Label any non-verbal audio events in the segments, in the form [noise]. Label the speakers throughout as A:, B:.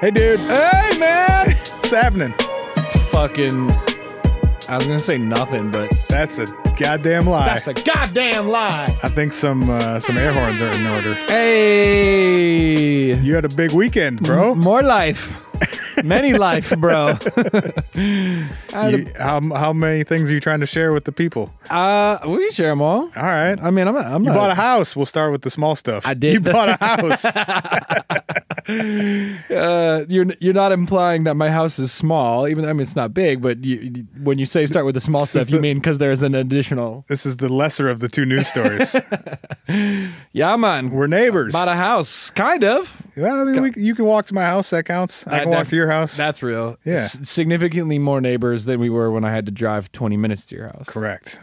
A: Hey, dude.
B: Hey, man!
A: What's happening?
B: Fucking. I was gonna say nothing, but
A: That's a goddamn lie.
B: that's a goddamn lie.
A: I think some uh, some air horns are in order.
B: Hey,
A: You had a big weekend, bro.
B: more life, many life, [laughs] bro.
A: You- how, how many things are you trying to share with the people?
B: uh, we can share them all.
A: All right.
B: I mean, I'm not. I'm
A: you
B: not.
A: bought a house. We'll start with the small stuff.
B: I did.
A: You
B: [laughs]
A: bought a house.
B: uh, you're you're not implying that my house is small. Even I mean, it's not big, but you, you- when you say start with the small
A: This is
B: stuff, you
A: the-
B: mean because there's an additional.
A: this is the lesser of the two news stories.
B: Yeah, man.
A: We're neighbors.
B: Bought a house, kind of.
A: Well, I mean, we, you can walk to my house. That counts. I
B: That
A: can walk
B: def-
A: to your house.
B: That's real.
A: Yeah.
B: significantly more neighbors than we were when I had to drive 20 minutes to your house.
A: Correct.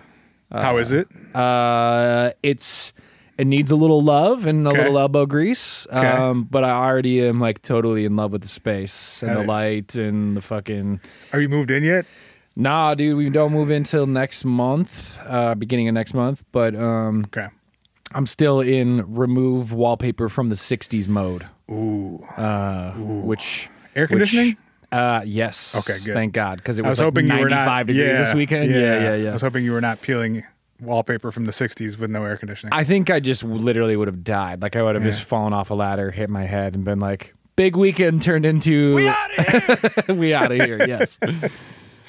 A: how is it?
B: Uh, it's it needs a little love and a
A: Okay.
B: little elbow grease.
A: Okay.
B: Um, but I already am like totally in love with the space and
A: Got
B: the
A: it.
B: light and the fucking.
A: Are you moved in yet?
B: Nah, dude, we don't move until next month, uh, beginning of next month. But um,
A: Okay.
B: I'm still in remove wallpaper from the 60s mode,
A: Ooh.
B: uh, which
A: Air
B: which-
A: conditioning?
B: uh, yes.
A: Okay, good.
B: Thank God, because it was,
A: I was
B: like
A: hoping
B: 95
A: you were not
B: degrees
A: yeah,
B: this weekend. Yeah, yeah, yeah.
A: I was hoping you were not peeling wallpaper from the '60s with no air conditioning.
B: I think I just literally would have died. Like I would have
A: Yeah.
B: just fallen off a ladder, hit my head, and been like, "Big weekend turned into we out of here. [laughs] we out of here." Yes.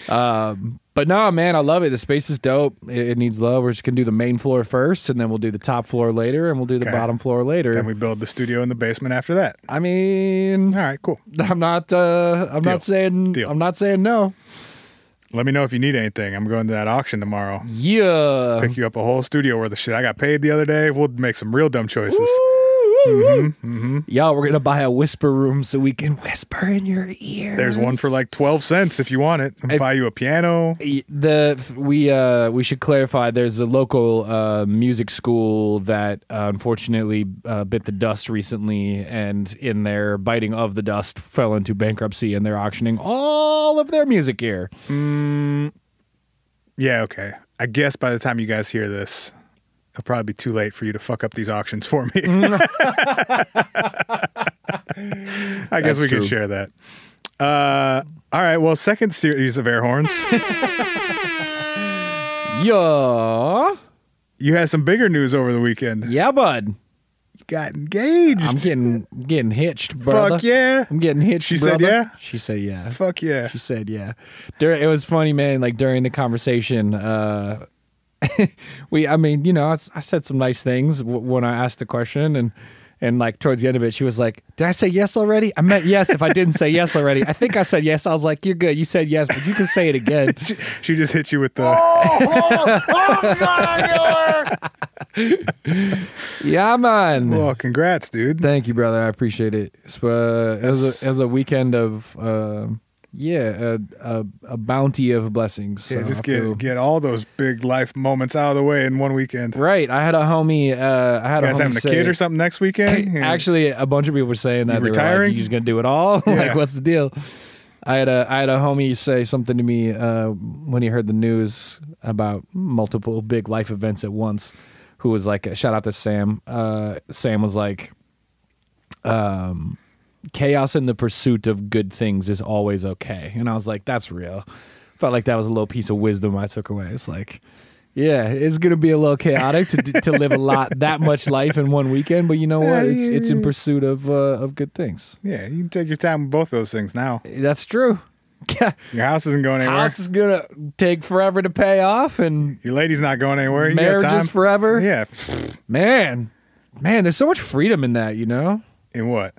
B: um, but no, man, I love it. The space is dope. It, it needs love. We're just gonna do the main floor first, and then we'll do the top floor later, and we'll do the
A: Okay.
B: bottom floor later.
A: and we build the studio in the basement after that.
B: I mean, [laughs]
A: All right, cool.
B: I'm not. Uh, I'm
A: Deal.
B: not saying.
A: Deal.
B: I'm not saying no.
A: Let me know if you need anything. I'm going to that auction tomorrow.
B: Yeah. Mm-hmm,
A: Pick you up a whole studio worth of shit. I got paid the other day. We'll make some real dumb choices. Mm-hmm,
B: Y'all, we're gonna buy a whisper room so we can whisper in your ear.
A: There's one for like 12 cents if you want it. I'll
B: If-
A: buy you a piano.
B: the we uh we should clarify there's a local uh music school that uh, unfortunately uh, bit the dust recently and in their biting of the dust fell into bankruptcy and they're auctioning all of their music gear
A: Yeah, okay. I guess by the time you guys hear this, it'll probably be too late for you to fuck up these auctions for
B: [laughs]
A: me. I guess
B: That's
A: we
B: true.
A: can share that. Uh, all right. Well, second series of air
B: [laughs]
A: horns.
B: yeah
A: you had some bigger news over the weekend.
B: yeah bud
A: You got engaged.
B: i'm getting getting hitched brother
A: Fuck yeah.
B: i'm getting hitched
A: She said yeah?
B: brother. she said yeah
A: Fuck yeah.
B: She said, "Yeah." Dur- it was funny, man. Like during the conversation, uh, [laughs] we, I mean, you know, I, s- I said some nice things w- when I asked the question, and and like towards the end of it, she was like, "Did I say yes already?" I meant yes. If I didn't say yes already, I think I said yes. I was like, "You're good. You said yes, but you can say it
A: [laughs]
B: again."
A: She just hit you with the.
B: Oh,
A: [laughs]
B: yeah, man.
A: Well, congrats, dude.
B: Thank you, brother. I appreciate it. So, uh, as a,
A: That's-
B: as a weekend of. Uh, yeah, a, a, a bounty of blessings.
A: yeah,
B: So
A: just
B: I
A: get
B: feel-
A: get all those big life moments out of the way in one weekend.
B: right. I had a homie. Uh, I had
A: You guys
B: a homie
A: having a
B: say-
A: kid or something next weekend? Yeah.
B: Actually, a bunch of people were saying that
A: You
B: they were
A: retiring?
B: like, "You just gonna do it all? [laughs]
A: Yeah.
B: like, what's the deal?" I had a I had a homie say something to me uh, when he heard the news about multiple big life events at once. Who was like, "Shout out to Sam." Uh, Sam was like, um, "Chaos in the pursuit of good things is always okay," and I was like, "That's real." Felt like that was a little piece of wisdom I took away. It's like. Yeah, it's gonna be a little chaotic to, to live a lot that much life in one weekend, but you know what? It's it's in pursuit of uh, of good things.
A: yeah, you can take your time with both those things now.
B: That's true. [laughs] Yeah,
A: Your house isn't going anywhere.
B: house is gonna take forever to pay off, and
A: Your lady's not going anywhere. You
B: marriage
A: got time.
B: is forever.
A: Yeah.
B: man, man, there's so much freedom in that, you know.
A: In what?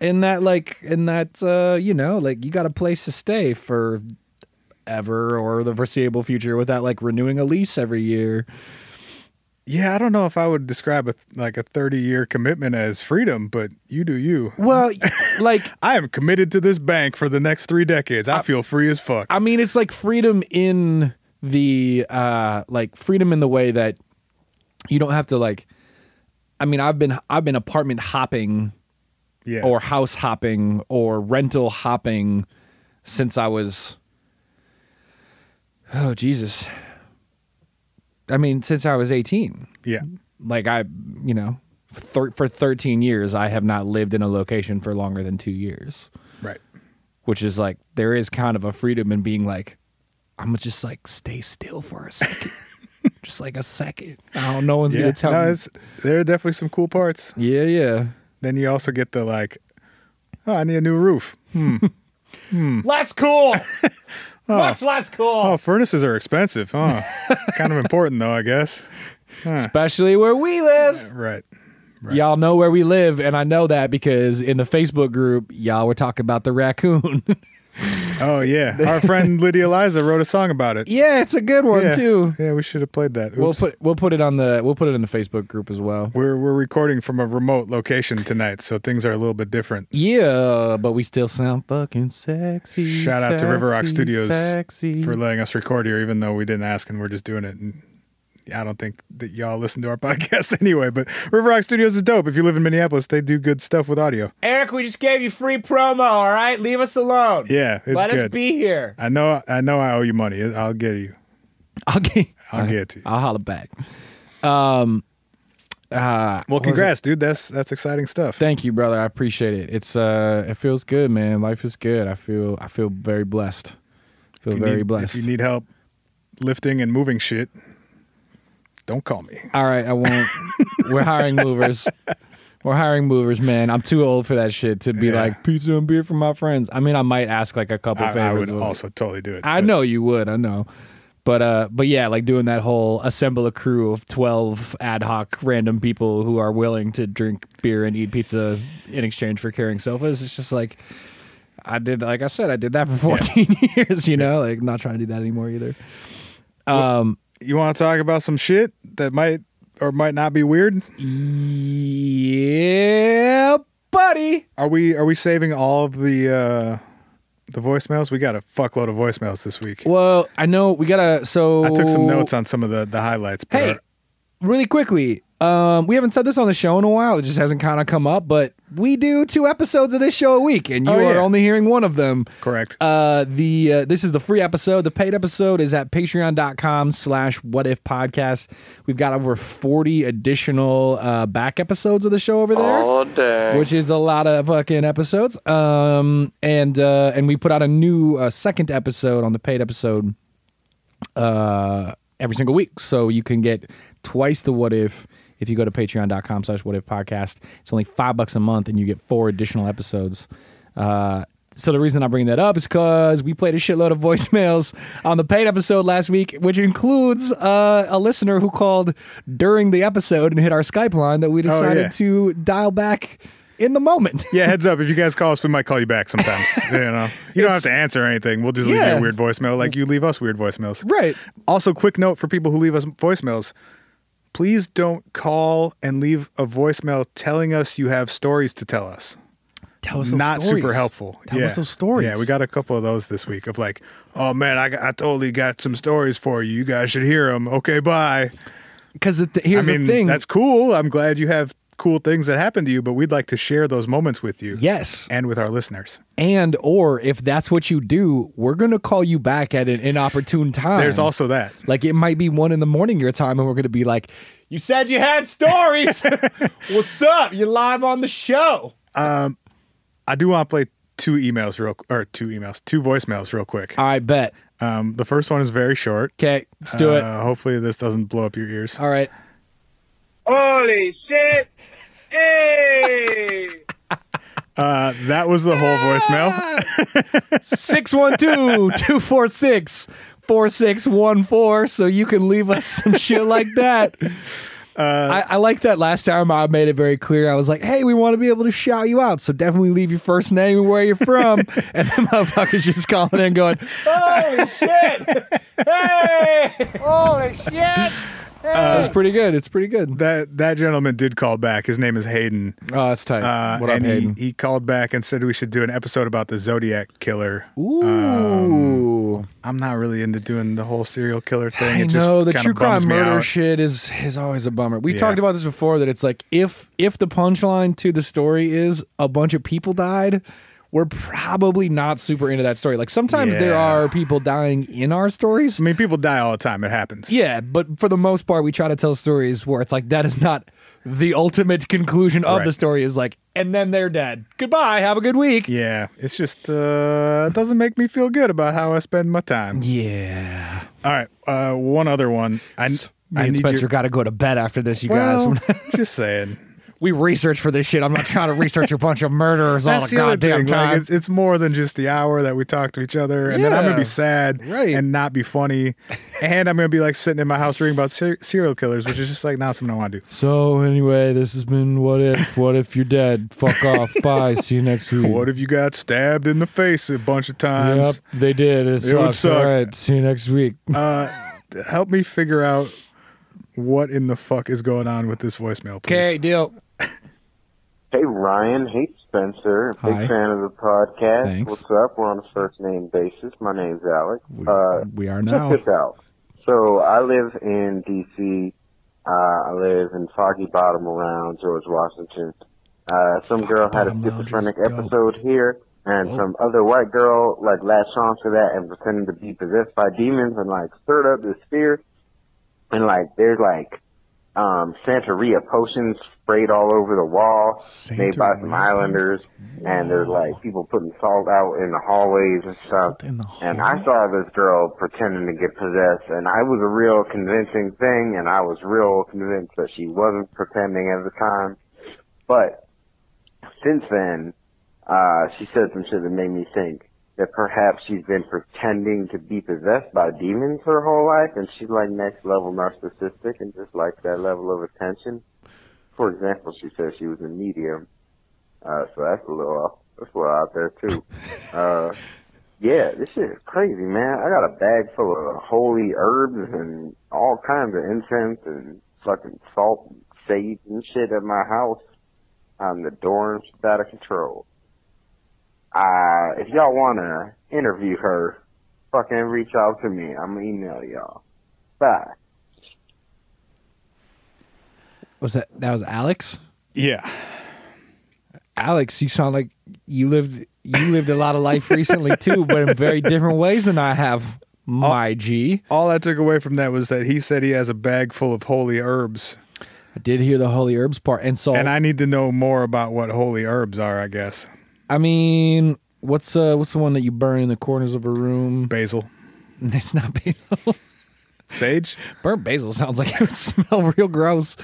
B: In that, like, in that, uh, you know, like you got a place to stay for ever or the foreseeable future without like renewing a lease every year.
A: Yeah, I don't know if I would describe a like a 30 year commitment as freedom, but you do you.
B: Well, [laughs] like
A: I am committed to this bank for the next three decades. I feel free as fuck.
B: I mean, it's like freedom in the uh like freedom in the way that you don't have to like. I mean, I've been I've been apartment hopping
A: yeah.
B: or house hopping or rental hopping since I was. Oh Jesus! I mean, since I was eighteen,
A: yeah.
B: like I, you know, for, thir- for thirteen years, I have not lived in a location for longer than two years.
A: Right.
B: which is like there is kind of a freedom in being like, I'm gonna just like stay still for a
A: [laughs]
B: second, just like a second. I don't know one's
A: Yeah.
B: gonna tell
A: No,
B: me.
A: it's, there are definitely some cool parts.
B: Yeah, yeah.
A: Then you also get the like, oh, I need a new roof. [laughs]
B: Less cool. Much less cool.
A: Oh, furnaces are expensive,
B: [laughs]
A: huh? kind of important though, I guess.
B: Especially where we live.
A: Right.
B: Y'all know where we live, and I know that because in the Facebook group, y'all were talking about the raccoon. [laughs]
A: Oh yeah, our friend Lydia Liza wrote a song about it.
B: yeah, it's a good one
A: yeah.
B: too.
A: Yeah, we should have played that.
B: We'll
A: Oops.
B: put we'll put it on the we'll put it in the Facebook group as well.
A: we're we're recording from a remote location tonight, so things are a little bit different.
B: Yeah, but we still sound fucking sexy.
A: Shout out to River Rock
B: sexy,
A: Studios
B: sexy.
A: For letting us record here, even though we didn't ask and we're just doing it. And I don't think that y'all listen to our [laughs] podcast anyway. But River Rock Studios is dope. If you live in Minneapolis, they do good stuff with audio.
B: Eric, we just gave you free promo. All right, leave us alone.
A: Yeah, it's good.
B: be here.
A: I know. I know. I owe you money. I'll get you.
B: I'll get
A: I'll get to you.
B: I'll holler back. Um. Uh,
A: Well,
B: what was it?
A: congrats, dude. That's that's exciting stuff.
B: Thank you, brother. I appreciate it. It's uh, it feels good, man. Life is good. I feel I feel very blessed. Feel
A: If you
B: very
A: need-
B: blessed.
A: If you need help lifting and moving shit, don't call me.
B: All right, I
A: [laughs]
B: won't. We're hiring movers. We're hiring movers, man. I'm too old for that shit to be
A: Yeah.
B: like pizza and beer for my friends. I mean, I might ask like a couple
A: I,
B: favors.
A: I would
B: of-
A: also totally do it.
B: I
A: but-
B: know you would. I know. But uh, but yeah, like doing that whole assemble a crew of twelve ad hoc random people who are willing to drink beer and eat pizza in exchange for carrying sofas. It's just like I did. Like I said, I did that for fourteen [laughs] years. You know, like not trying to do that anymore either. Um.
A: You want to talk about some shit that might or might not be weird?
B: Yeah, buddy.
A: Are we are we saving all of the uh the voicemails? We got a fuckload of voicemails this week.
B: Well, I know we gotta. So
A: I took some notes on some of the the highlights. But
B: Hey, really quickly, um, we haven't said this on the show in a while. It just hasn't kind of come up, but we do two episodes of this show a week, and you
A: Oh,
B: are
A: yeah.
B: only hearing one of them.
A: correct.
B: Uh, the uh, this is the free episode. The paid episode is at patreon.com slash what if podcast. We've got over 40 additional uh, back episodes of the show over there.
C: Oh, dang.
B: which is a lot of fucking episodes. Um, and uh, and we put out a new uh, second episode on the paid episode uh, every single week, so you can get twice the what if if you go to patreon.com slash what if podcast it's only five bucks a month and you get four additional episodes uh, so the reason i'm bringing that up is because we played a shitload of voicemails on the paid episode last week which includes uh, a listener who called during the episode and hit our skype line that we decided
A: Oh, yeah.
B: to to dial back in the moment. [laughs]
A: yeah, heads up. If you guys call us, we might call you back sometimes. [laughs] you know, you don't have to answer anything. We'll just leave you
B: Yeah.
A: a weird voicemail, like you leave us weird voicemails.
B: Right.
A: Also, quick note for people who leave us voicemails please don't call and leave a voicemail telling us you have stories to tell us.
B: Tell us
A: Not super helpful.
B: Tell
A: yeah.
B: us those stories.
A: Yeah, we got a couple of those this week of like, oh man, I, got- I totally got some stories for you. You guys should hear them. Okay, bye.
B: because here's
A: I mean,
B: the thing.
A: that's cool. I'm glad you have cool things that happened to you, but we'd like to share those moments with you
B: yes,
A: and with our listeners.
B: and or if that's what you do, we're gonna call you back at an inopportune time.
A: There's also that.
B: like it might be one in the morning your time, and we're gonna be like, "You said you had [laughs] stories. What's up? You're live on the show."
A: I do want to play two emails real or two emails, two voicemails real quick.
B: I bet.
A: Um, the first one is very short.
B: Okay, let's do it.
A: Uh, hopefully, this doesn't blow up your ears.
B: All right.
C: Holy shit. Hey.
A: Uh, that was the whole voicemail.
B: 612-246-4614 so you can leave us some shit like
A: [laughs]
B: that.
A: Uh,
B: I, I like that last time I made it very clear. I was like, hey, we want to be able to shout you out. So definitely leave your first name and where
A: [laughs]
B: you're from. and the motherfucker's just calling in going, holy shit. Hey.
C: Holy shit.
B: it's pretty good. It's pretty good.
A: That that gentleman did call back. His name is Hayden.
B: Oh, that's tight.
A: Uh,
B: what up,
A: and he,
B: Hayden?
A: he called back and said we should do an episode about the Zodiac killer. um,
B: Ooh.
A: I'm not really into doing the whole serial killer thing.
B: I
A: it just
B: know the
A: kinda
B: true
A: bums
B: crime
A: me
B: murder
A: out.
B: shit is is always a bummer. We
A: Yeah.
B: talked about this before that it's like if if the punchline to the story is a bunch of people died, we're probably not super into that story. Like sometimes there
A: Yeah.
B: are people dying in our stories.
A: I mean, people die all the time. It happens.
B: Yeah, but for the most part, we try to tell stories where it's like that is not the ultimate conclusion of the
A: Right.
B: story. Is like, and then they're dead. Goodbye. Have a good week.
A: Yeah, it's just uh, it doesn't make me feel good about how I spend my time.
B: Yeah.
A: All right, uh, one other one. I,
B: Me
A: I
B: and
A: need
B: Spencer
A: your,
B: got to go to bed after this, you
A: well,
B: guys. [laughs]
A: just saying.
B: We research for this shit. I'm not trying to research a bunch of murderers all
A: That's
B: the
A: the other thing.
B: goddamn
A: Like,
B: time.
A: it's, it's more than just the hour that we talk to each other, and then I'm gonna
B: Yeah.
A: be sad,
B: Right.
A: and not be
B: [laughs]
A: funny, and I'm gonna be like sitting in my house reading about ser- serial killers, which is just like not something I want to do.
B: so anyway, this has been what if. What if you're dead? Fuck
A: [laughs]
B: off. Bye. See you next week.
A: What if you got stabbed in the face a bunch of times?
B: Yep, they did. It,
A: It would
B: sucks.
A: suck.
B: All right. See you next week.
A: Help me figure out what in the fuck is going on with this voicemail, please.
B: Okay, deal.
D: Hey Ryan, hey Spencer,
B: Hi.
D: big fan of the podcast.
B: Thanks.
D: What's up? We're on a first name basis. My name's Alex. uh,
B: we are
D: check
B: now.
D: this out. So I live in D.C. Uh, I live in Foggy Bottom around George Washington. Uh, some girl had a
B: Bottom Lounge is
D: schizophrenic
B: dope.
D: episode here, and
B: Oh.
D: some other white girl like latched onto that and pretended to be possessed by demons and like stirred up this fear. And like there's like um, Santeria potions sprayed all over the wall, made by some
B: Santeria
D: islanders, and there's like people putting salt out in the hallways and stuff.
B: in the
D: And I saw this girl pretending to get possessed, and I was a real convincing thing, and I was real convinced that she wasn't pretending at the time. But since then, uh, she said some shit that made me think that perhaps she's been pretending to be possessed by demons her whole life, and she's like next level narcissistic and just like that level of attention. For example, she said she was a medium, uh, so that's a little off. That's a little out there too. Uh, yeah, this shit is crazy, man. I got a bag full of holy herbs and all kinds of incense and fucking salt and sage and shit at my house. Um, the dorms out of control. Uh, if y'all wanna interview her, fucking reach out to me. I'm gonna email y'all. Bye.
B: Was that that was Alex?
A: Yeah.
B: Alex, you sound like you lived you lived a lot of life recently too, but in very different ways than I have.
A: Oh.
B: My G,
A: All I took away from that was that he said he has a bag full of holy herbs,
B: I did hear the holy herbs part, and so
A: and I need to know more about what holy herbs are. I guess
B: I mean, what's uh, what's the one that you burn in the corners of a room?
A: basil,
B: [laughs] It's not basil. [laughs]
A: sage.
B: burn basil sounds like it would smell real gross.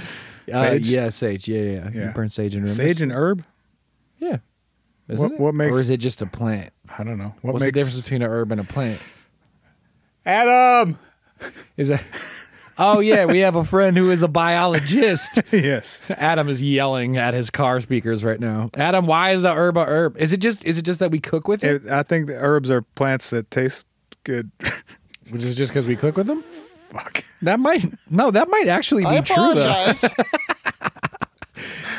B: Uh,
A: Sage?
B: yeah, sage. Yeah, yeah, yeah.
A: Yeah.
B: You burn sage in rooms.
A: Sage and herb?
B: yeah. Isn't
A: What-
B: it?
A: what makes-
B: or is it just a plant?
A: I don't know. What
B: What's
A: makes
B: the difference between an herb and a plant?
A: Adam?
B: Is that? Oh yeah, we have a friend who is a biologist.
A: [laughs]
B: [laughs]
A: yes.
B: Adam is yelling at his car speakers right now. Adam, why is the herb a herb? Is it just is it just that we cook with it,
A: It, I think the herbs are plants that taste good. [laughs]
B: which is just because we cook with them?
A: Fuck.
B: That might no, that might actually be true. Though. [laughs]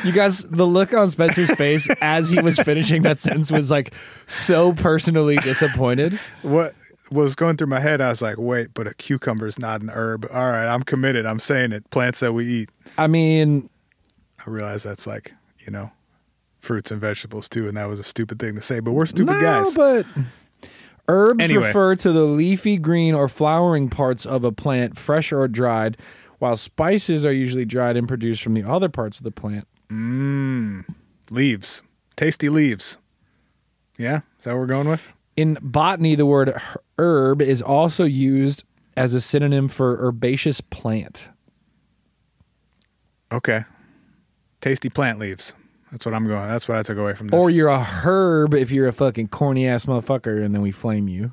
B: You guys, the look on Spencer's face as he was finishing that sentence was like so personally disappointed.
A: What was going through my head, I was like, wait, but a cucumber is not an herb. All right, I'm committed. I'm saying it. Plants that we eat.
B: I mean,
A: I realize that's like, you know, fruits and vegetables too, and that was a stupid thing to say, but we're stupid
B: no,
A: guys.
B: but herbs
A: Anyway.
B: refer to the leafy green or flowering parts of a plant, fresh or dried, while spices are usually dried and produced from the other parts of the plant.
A: leaves. Tasty leaves. Yeah? Is that what we're going with?
B: In botany, the word her- herb is also used as a synonym for herbaceous plant.
A: Okay. Tasty plant leaves. That's what I'm going. That's what I took away from this.
B: Or you're a herb if you're a fucking corny ass motherfucker and then we flame you.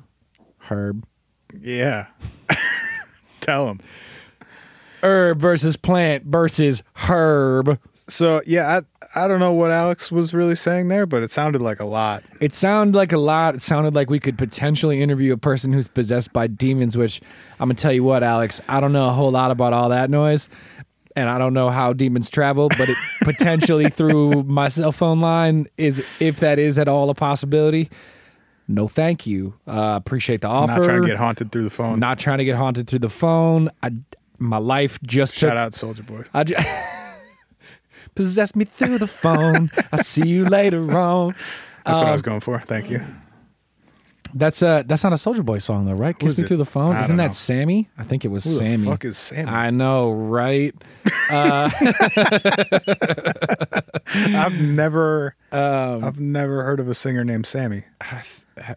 B: Herb.
A: yeah. [laughs] Tell them.
B: Herb versus plant versus herb.
A: So yeah, I I don't know what Alex was really saying there, but it sounded like a lot.
B: It sounded like a lot. It sounded like we could potentially interview a person who's possessed by demons, which I'm going to tell you what, Alex, I don't know a whole lot about all that noise. And I don't know how demons travel, but it
A: [laughs]
B: potentially through my cell phone line is, if that is at all a possibility. No, thank you. Uh, appreciate the offer.
A: I'm not trying to get haunted through the phone.
B: Not trying to get haunted through the phone. I, my life just took
A: Shout out Soldier Boy.
B: I ju- [laughs] possess me through the phone. I'll see you later on.
A: That's what I was going for. Thank you.
B: That's uh that's not a Soldier Boy song though, right? Kiss
A: is
B: me
A: it?
B: through the phone.
A: I
B: Isn't
A: don't
B: that
A: know.
B: Sammy? I think it was
A: Who
B: Sammy.
A: the fuck is Sammy? [laughs] I,
B: I know, right?
A: have never,
B: Um,
A: I've never heard of a singer named Sammy.
B: man, if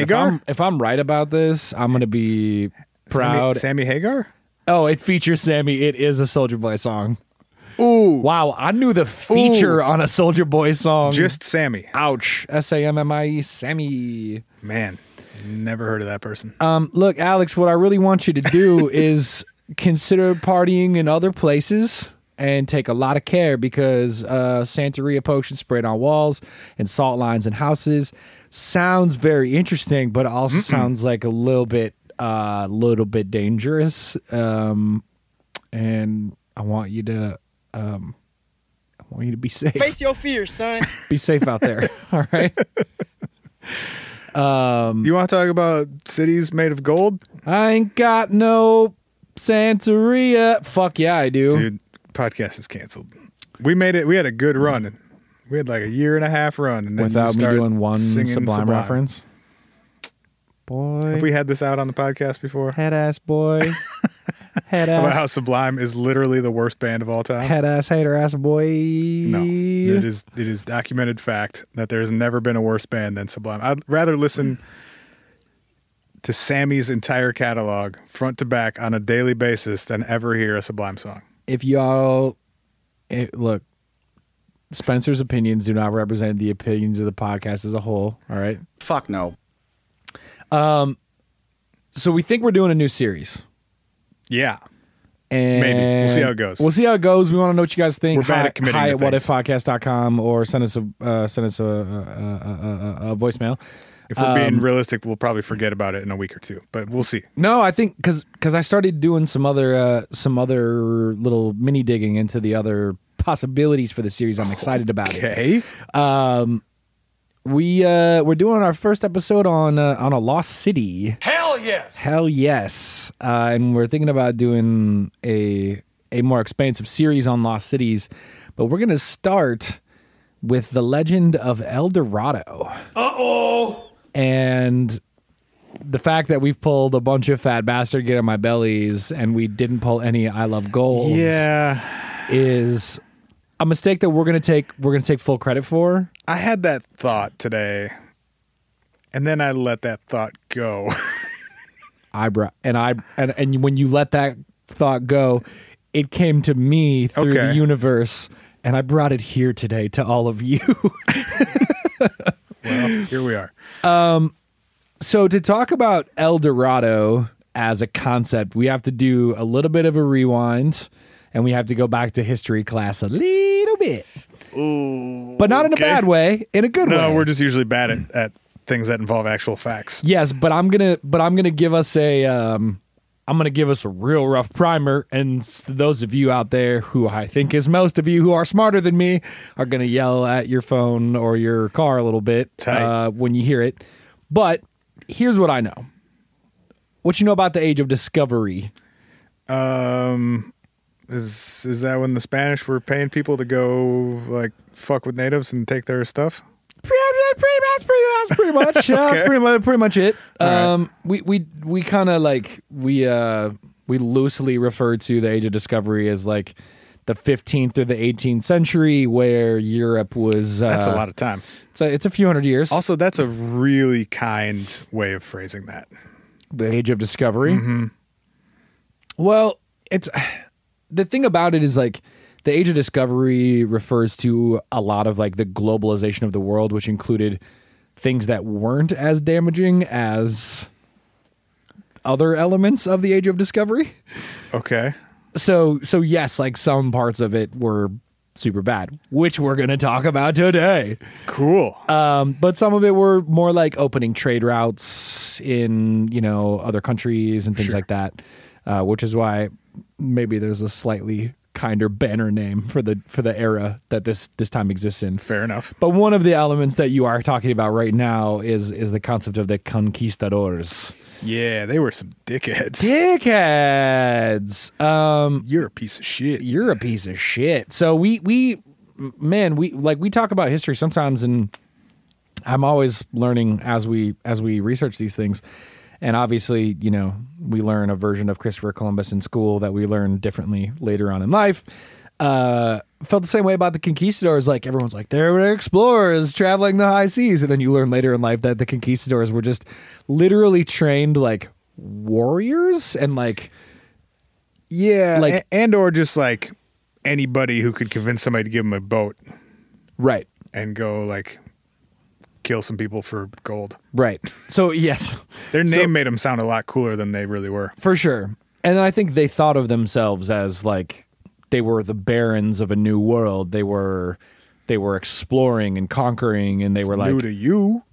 A: Hagar?
B: I'm, if I'm right about this, I'm gonna be proud.
A: Sammy, Sammy Hagar.
B: Oh, it features Sammy. It is a Soldier Boy song.
A: Ooh,
B: Wow, I knew the feature on a Soldier Boy song.
A: just Sammy.
B: ouch. S A M M I E Sammy.
A: Man, never heard of that person.
B: Um, look, Alex, what I really want you to do is consider partying in other places and take a lot of care because uh, Santeria potion sprayed on walls and salt lines in houses sounds very interesting, but also sounds like a little bit, a little bit dangerous. Um, and I want you to, um, I want you to be safe.
E: Face your fears, son.
B: Be safe out there. [laughs] All
E: [laughs]
B: right. Um,
A: you want to talk about cities made of gold,
B: I ain't got no Santeria. Fuck yeah, I do.
A: dude? Podcast is canceled. We made it. We had a good run. We had like a year and a half run, and then you
B: Without me
A: start
B: doing one
A: singing
B: sublime, reference. Boy,
A: Have we had this out on the podcast before?
B: head
A: [laughs]
B: ass boy, head
A: About how
B: ass,
A: Sublime is literally the worst band of all time.
B: head ass hater ass boy.
A: No, it is it is documented fact that there has never been a worse band than Sublime. I'd rather listen to Sammy's entire catalog front to back on a daily basis than ever hear a Sublime song.
B: If y'all it, look, Spencer's opinions do not represent the opinions of the podcast as a whole. All right.
F: Fuck no.
B: So we think we're doing a new series.
A: Yeah,
B: And
A: We'll see how it goes.
B: We'll see how it goes. We want to know what you guys think.
A: We're bad at committing
B: Hi
A: to
B: at
A: things.
B: whatifpodcast.com or send us a uh, send us a, a, a, a, a voicemail.
A: if we're being realistic, we'll probably forget about it in a week or two, but we'll see.
B: No, I think because I started doing some other uh, some other little mini digging into the other possibilities for the series. I'm excited about it.
A: Okay,
B: We uh, we're doing our first episode on uh, on a lost city.
C: Hell yes.
B: Hell yes, uh, and we're thinking about doing a a more expansive series on lost cities, but we're gonna start with the legend of El Dorado. Uh oh, and. The fact that we've pulled a bunch of fat bastard get in my bellies and we didn't pull any I love gold
A: yeah,
B: is a mistake that we're gonna take we're gonna take full credit for.
A: I had that thought today, and then I let that thought go.
B: eyebrow and i and, and when you let that thought go it came to me through the
A: Okay.
B: universe and i brought it here today to all of you [laughs]
A: well, [laughs] here we are.
B: so to talk about el dorado as a concept we have to do a little bit of a rewind and we have to go back to history class a little bit but not in a
A: okay.
B: bad way in a good way
A: No, we're just usually bad at, at things that involve actual facts.
B: Yes, but I'm gonna but I'm gonna give us a um I'm gonna give us a real rough primer, and s- those of you out there who I think is most of you who are smarter than me are gonna yell at your phone or your car a little bit
A: Tight.
B: uh, when you hear it. But here's what I know: what you know about the Age of Discovery.
A: Um, is is that when the Spanish were paying people to go like fuck with natives and take their stuff?
B: Pretty
A: [laughs]
B: much, pretty much, pretty much. Yeah, that's
A: Okay.
B: pretty much, pretty much it.
A: right.
B: Um, we we we kind of like we uh we loosely refer to the Age of Discovery as like the 15th through the 18th century, where Europe was. Uh,
A: That's a lot of time.
B: It's a, it's a few hundred years.
A: Also, that's a really kind way of phrasing that.
B: the Age of Discovery. Well, it's the thing about it is like the Age of Discovery refers to a lot of like the globalization of the world, which included things that weren't as damaging as other elements of the Age of Discovery.
A: Okay.
B: So, so yes, like some parts of it were super bad, which we're going to talk about today.
A: Cool.
B: Um, but some of it were more like opening trade routes in you know other countries and things like that, uh, which is why maybe there's a slightly kinder banner name for the for the era that this this time exists in.
A: Fair enough.
B: But one of the elements that you are talking about right now is is the concept of the conquistadors,
A: Yeah, they were some dickheads.
B: dickheads. Um,
A: You're a piece of shit.
B: you're a piece of shit. So we we man, we like we talk about history sometimes and I'm always learning as we as we research these things. And obviously, you know, we learn a version of Christopher Columbus in school that we learn differently later on in life. Uh, felt the same way about the conquistadors. Like everyone's like, they were explorers traveling the high seas, and then you learn later in life that the conquistadors were just literally trained like warriors and like
A: Yeah,
B: Like-
A: like and or just like anybody who could convince somebody to give them a boat
B: right,
A: and go like kill some people for gold.
B: right. So yes,
A: Their
B: So-
A: name made them sound a lot cooler than they really were.
B: for sure. And I think they thought of themselves as like they were the barons of a new world. They were they were exploring and conquering, and they were like
A: New to you,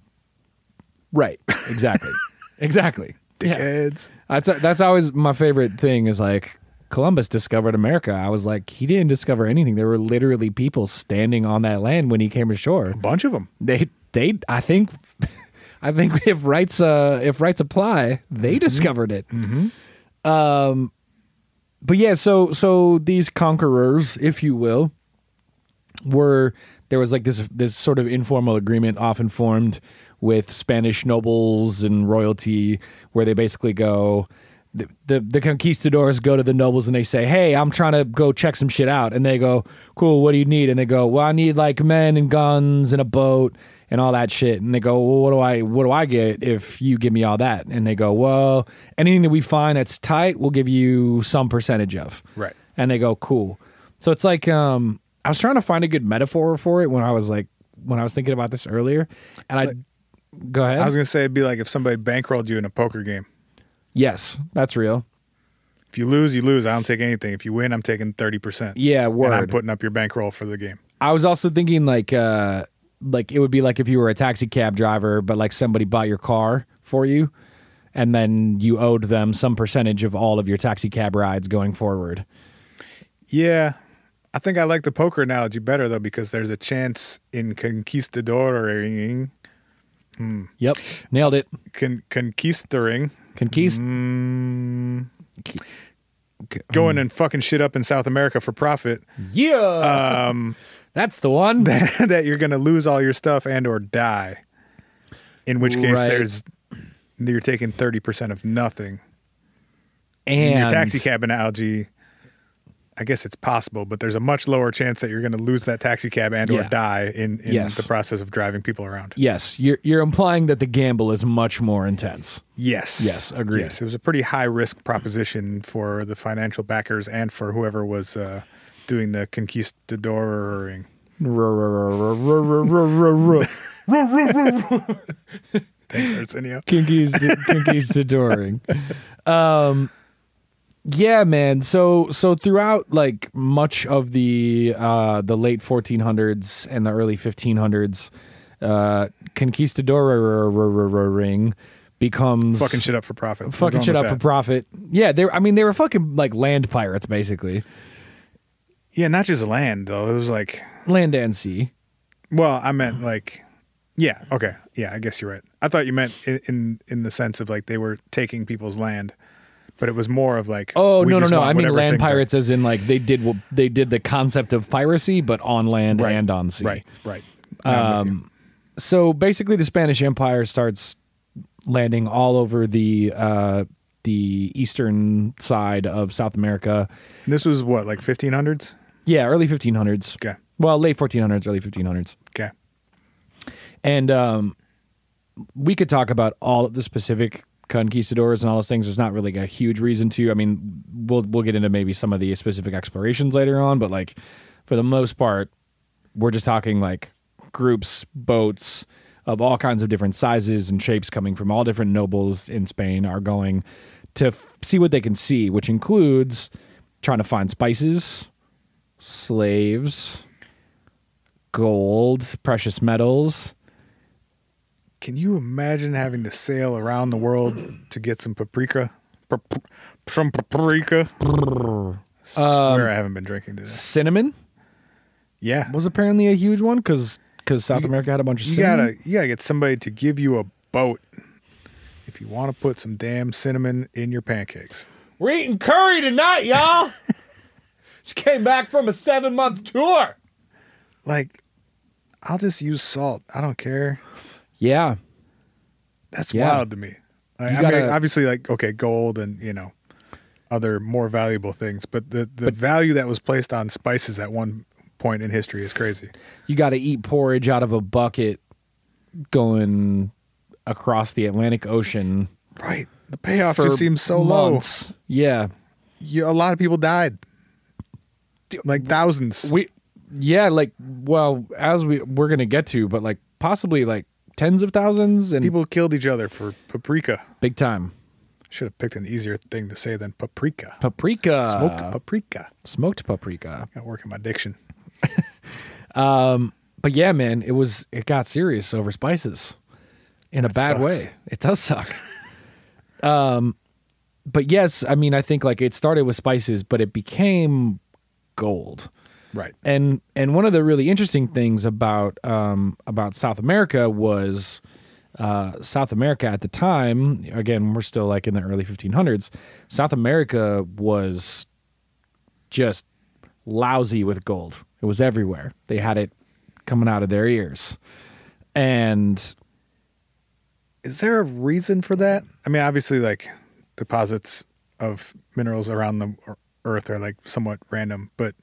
B: right, exactly, exactly. Yeah.
A: dickheads.
B: That's that's always my favorite thing is like Columbus discovered America. I was like, he didn't discover anything. There were literally people standing on that land when he came ashore.
A: A bunch of them.
B: They they I think [laughs] I think if rights uh if rights apply, they discovered it. Um but yeah, so so these conquerors, if you will, were there was like this this sort of informal agreement often formed with Spanish nobles and royalty where they basically go the, the the conquistadors go to the nobles and they say, "Hey, I'm trying to go check some shit out." And they go, "Cool, what do you need?" And they go, "Well, I need like men and guns and a boat and all that shit." And they go, "Well, what do I what do I get if you give me all that?" And they go, "Well, anything that we find that's tight, we'll give you some percentage of."
A: Right.
B: and they go cool so it's like um i was trying to find a good metaphor for it when i was like when i was thinking about this earlier and i go ahead
A: I was gonna say it'd be like if somebody bankrolled you in a poker game.
B: yes that's real
A: If you lose, you lose. I don't take anything. If you win, I'm taking thirty percent.
B: yeah word
A: And I'm putting up your bankroll for the game.
B: I was also thinking like uh like it would be like if you were a taxi cab driver, but like somebody bought your car for you, and then you owed them some percentage of all of your taxi cab rides going forward.
A: Yeah. I think I like the poker analogy better though, because there's a chance in conquistadoring
B: Yep, nailed it.
A: con- conquistoring
B: Conquist.
A: Mm. going and fucking shit up in South America for profit
B: Yeah,
A: Um,
B: [laughs] that's the
A: [laughs]
B: one.
A: that you're gonna lose all your stuff and or die. In which case
B: Right.
A: there's you're taking thirty percent of nothing. In
B: And
A: your taxi cab analogy, I guess it's possible, but there's a much lower chance that you're going to lose that taxi cab and
B: Yeah.
A: or die in, in
B: Yes.
A: the process of driving people around.
B: Yes, you're you're implying that the gamble is much
A: [laughs]
B: more intense.
A: Yes.
B: Yes, agreed.
A: Yes, it was a pretty high risk proposition for the financial backers and for whoever was uh, doing the conquistadoring. Thanks, Arsenio.
B: Kinky's Kinky's adoring. Um yeah, man. So so throughout like much of the uh the late 1400s and the early 1500s, uh conquistador ring becomes
A: Fucking shit up for profit. We're
B: fucking
A: going
B: shit up
A: with
B: for
A: that.
B: profit. Yeah, they were- I mean they were fucking like land pirates basically.
A: Yeah, not just land, though. It was like,
B: Land and sea.
A: well, I meant like, yeah, okay. Yeah, I guess you're right. I thought you meant in, in, in the sense of like they were taking people's land, but it was more of like,
B: Oh
A: we
B: no no
A: just
B: no!
A: want
B: I mean
A: whatever
B: land
A: things are-
B: pirates, as in like they did what they did the concept of piracy, but on land
A: Right,
B: and on sea.
A: Right, right. No, I'm with you.
B: Um, So basically, the Spanish Empire starts landing all over the uh, the eastern side of South America.
A: And this was what, like 1500s?
B: Yeah, early 1500s.
A: Okay,
B: Well, late 1400s, early 1500s.
A: okay.
B: And um, we could talk about all of the specific conquistadors and all those things. There's not really a huge reason to. I mean, we'll we'll get into maybe some of the specific explorations later on, but like for the most part, we're just talking like groups, boats of all kinds of different sizes and shapes coming from all different nobles in Spain are going to f- see what they can see, which includes trying to find spices, slaves, gold, precious metals,
A: Can you imagine having to sail around the world to get some paprika? Pap- some paprika?
B: Um,
A: swear I haven't been drinking today.
B: cinnamon
A: Yeah.
B: was apparently a huge one because South
A: You-
B: America had a bunch of
A: You
B: cinnamon.
A: gotta, you gotta get somebody to give you a boat if you want to put some damn cinnamon in your pancakes.
B: We're eating curry
A: [laughs]
B: tonight, y'all. She came back from a seven month tour.
A: Like, I'll just use salt. I don't care.
B: Yeah.
A: That's
B: Yeah.
A: wild to me. I,
B: You
A: I mean,
B: gotta-
A: obviously, like okay, gold and you know other more valuable things, but the the value that was placed on spices at one point in history is crazy.
B: You got to eat porridge out of a bucket going across the Atlantic Ocean.
A: Right. The payoff
B: for
A: just seems so
B: months. Yeah.
A: low. You, a lot of people died. Like thousands.
B: We yeah, like well, as we we're going to get to, but like possibly like tens of thousands and
A: people killed each other for paprika.
B: big time.
A: Should have picked an easier thing to say than paprika.
B: Paprika.
A: Smoked paprika.
B: smoked paprika.
A: Got work in my diction.
B: But yeah, man, it was it got serious over spices in a bad
A: sucks.
B: way. It does suck. [laughs] um but yes, I mean I think like it started with spices, but it became gold.
A: Right.
B: And and one of the really interesting things about um about South America was uh, South America at the time, again, we're still like in the early 1500s. South America was just lousy with gold. It was everywhere. They had it coming out of their ears. And
A: Is there a reason for that? I mean, obviously, like deposits of minerals around the ear- earth are like somewhat random, but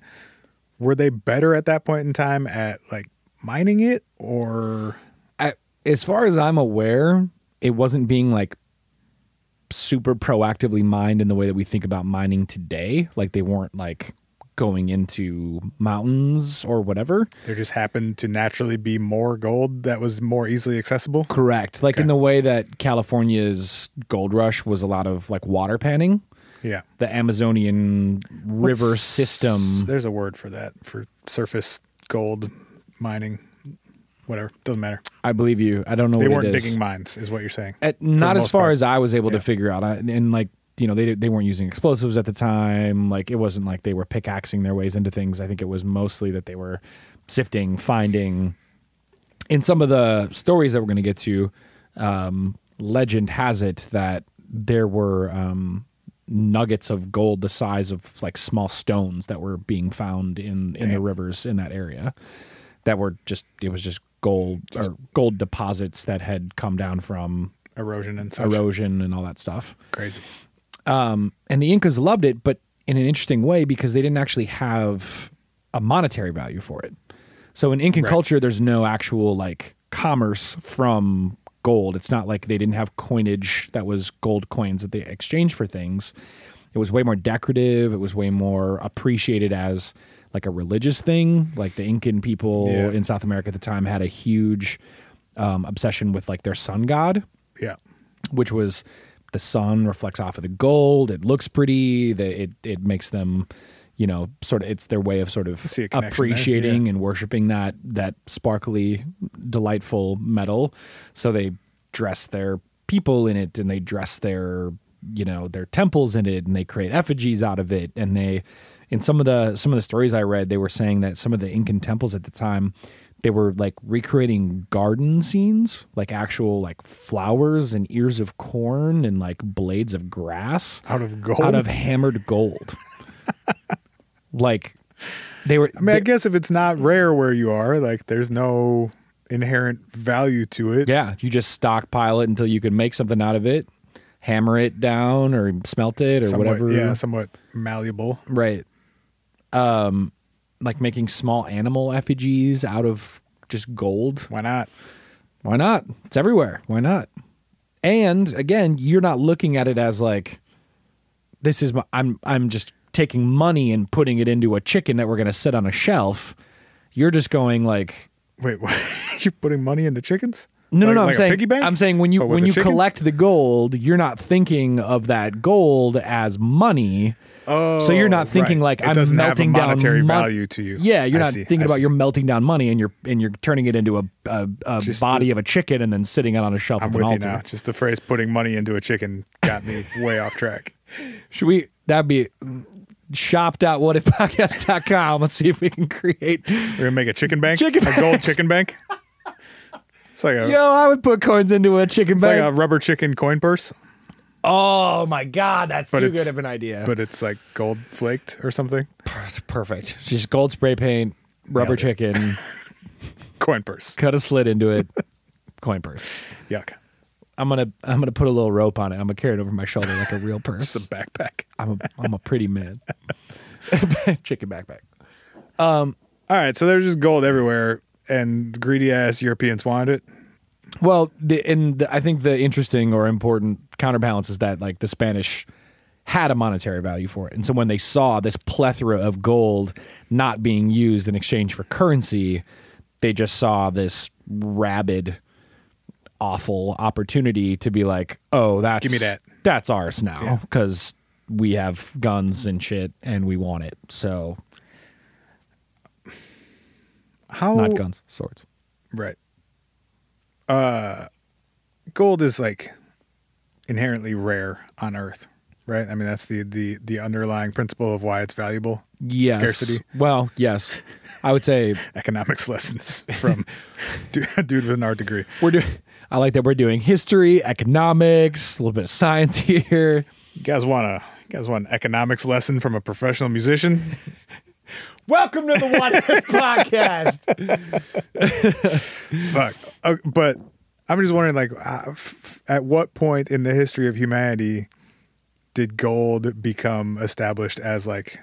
A: were they better at that point in time at like mining it or
B: I, as far as I'm aware, it wasn't being like super proactively mined in the way that we think about mining today. Like they weren't like going into mountains or whatever.
A: there just happened to naturally be more gold that was more easily accessible?
B: Correct. Like in the way that California's gold rush was a lot of like water panning,
A: Yeah.
B: the Amazonian river
A: What's-
B: system.
A: There's a word for that for surface gold mining, whatever. Doesn't matter.
B: I believe you. I don't know
A: They
B: what
A: weren't
B: it is.
A: digging mines, is what you're saying.
B: At, not as
A: most
B: far
A: part.
B: as I was able
A: Yeah.
B: to figure out. I, and like, you know, they they weren't using explosives at the time. Like it wasn't like they were pickaxing their ways into things. I think it was mostly that they were sifting, finding. In some of the stories that we're going to get to, um, legend has it that there were um, nuggets of gold the size of like small stones that were being found in in the rivers in that area that were just it was just gold or gold deposits that had come down from
A: Erosion and such.
B: erosion and all that stuff.
A: Crazy.
B: And the Incas loved it, but in an interesting way because they didn't actually have a monetary value for it. So in Incan
A: Right.
B: culture, there's no actual like commerce from gold. It's not like they didn't have coinage that was gold coins that they exchanged for things. It was way more decorative. It was way more appreciated as like a religious thing. Like the Incan people
A: Yeah.
B: in South America at the time had a huge um, obsession with like their sun god
A: Yeah.
B: which was the sun reflects off of the gold. It looks pretty. The, it it makes them, you know, sort of. It's their way of sort of
A: see a connection there,
B: appreciating
A: yeah.
B: and worshiping that that sparkly, delightful metal. So they dress their people in it, and they dress their you know their temples in it, and they create effigies out of it, and they. In some of the some of the stories I read, they were saying that some of the Incan temples at the time, they were like recreating garden scenes, like actual like flowers and ears of corn and like blades of grass
A: Out of gold.
B: out of
A: [laughs]
B: hammered gold. like they were
A: I mean, I guess if it's not rare where you are, like there's no inherent value to it.
B: yeah, you just stockpile it until you can make something out of it, hammer it down or smelt it or
A: Somewhat-
B: whatever.
A: Yeah, somewhat malleable.
B: Right. Um, like making small animal effigies out of just gold.
A: Why not?
B: Why not? It's everywhere. Why not? And again, you're not looking at it as like this is my I'm I'm just taking money and putting it into a chicken that we're going to sit on a shelf. You're just going like
A: Wait, [laughs] what? you're putting money into chickens?
B: no,
A: Like-
B: no, no.
A: like
B: I'm
A: a
B: saying,
A: piggy bank?
B: I'm saying when you
A: But with
B: when
A: a
B: you
A: chicken?
B: collect the gold, you're not thinking of that gold as money.
A: Oh,
B: so you're not thinking
A: right.
B: like
A: It
B: I'm
A: doesn't have a
B: melting
A: monetary
B: down mon-
A: value to you.
B: Yeah, you're
A: I
B: not
A: see,
B: thinking
A: I
B: about
A: see.
B: you're melting down money and you're and you're turning it into a a, a
A: Just
B: body of a chicken and then sitting it on a shelf.
A: I'm
B: of an
A: with you
B: altar.
A: now. Just the phrase "putting money into a chicken" got me way off track.
B: Should we? That'd be shop.whatifpodcast.com. Let's see if we can create.
A: We're gonna make a chicken bank,
B: Chicken
A: a gold chicken bank. It's like a,
B: Yo, I would put coins into a chicken
A: it's like
B: bag.
A: a rubber chicken coin purse,
B: oh my god, that's
A: But
B: too
A: it's-
B: good of an idea.
A: but it's like gold flaked or something.
B: But perfect. Just gold spray paint, rubber
A: Nailed
B: chicken.
A: Coin purse.
B: cut a slit into it, coin purse.
A: Yuck.
B: I'm gonna I'm gonna put a little rope on it. I'm gonna carry it over my shoulder like a real purse.
A: It's a backpack.
B: I'm a I'm a pretty man. [laughs] Chicken backpack.
A: All right, so there's just gold everywhere, and greedy ass Europeans wanted it.
B: Well, the, and the, I think the interesting or important counterbalance is that like the Spanish had a monetary value for it, and so when they saw this plethora of gold not being used in exchange for currency, they just saw this rabid, awful opportunity to be like, "Oh, that's
A: Give me that.
B: That's ours now because we have guns and shit, and we want it." So
A: How
B: not guns, swords.
A: Right. Uh, gold is like inherently rare on Earth, right? I mean, that's the the the underlying principle of why it's valuable.
B: Yes.
A: Scarcity.
B: Well, yes. I would say
A: Economics [laughs]
B: [laughs]
A: lessons from du- [laughs] dude with an art degree.
B: we're doing. I like that we're doing history, economics, a little bit of science [laughs] here.
A: You guys want a you guys want an economics lesson from a professional
B: [laughs]
A: musician?
B: Welcome to the [laughs] What If podcast.
A: Fuck. Uh, but I'm just wondering, like, uh, f- at what point in the history of humanity did gold become established as like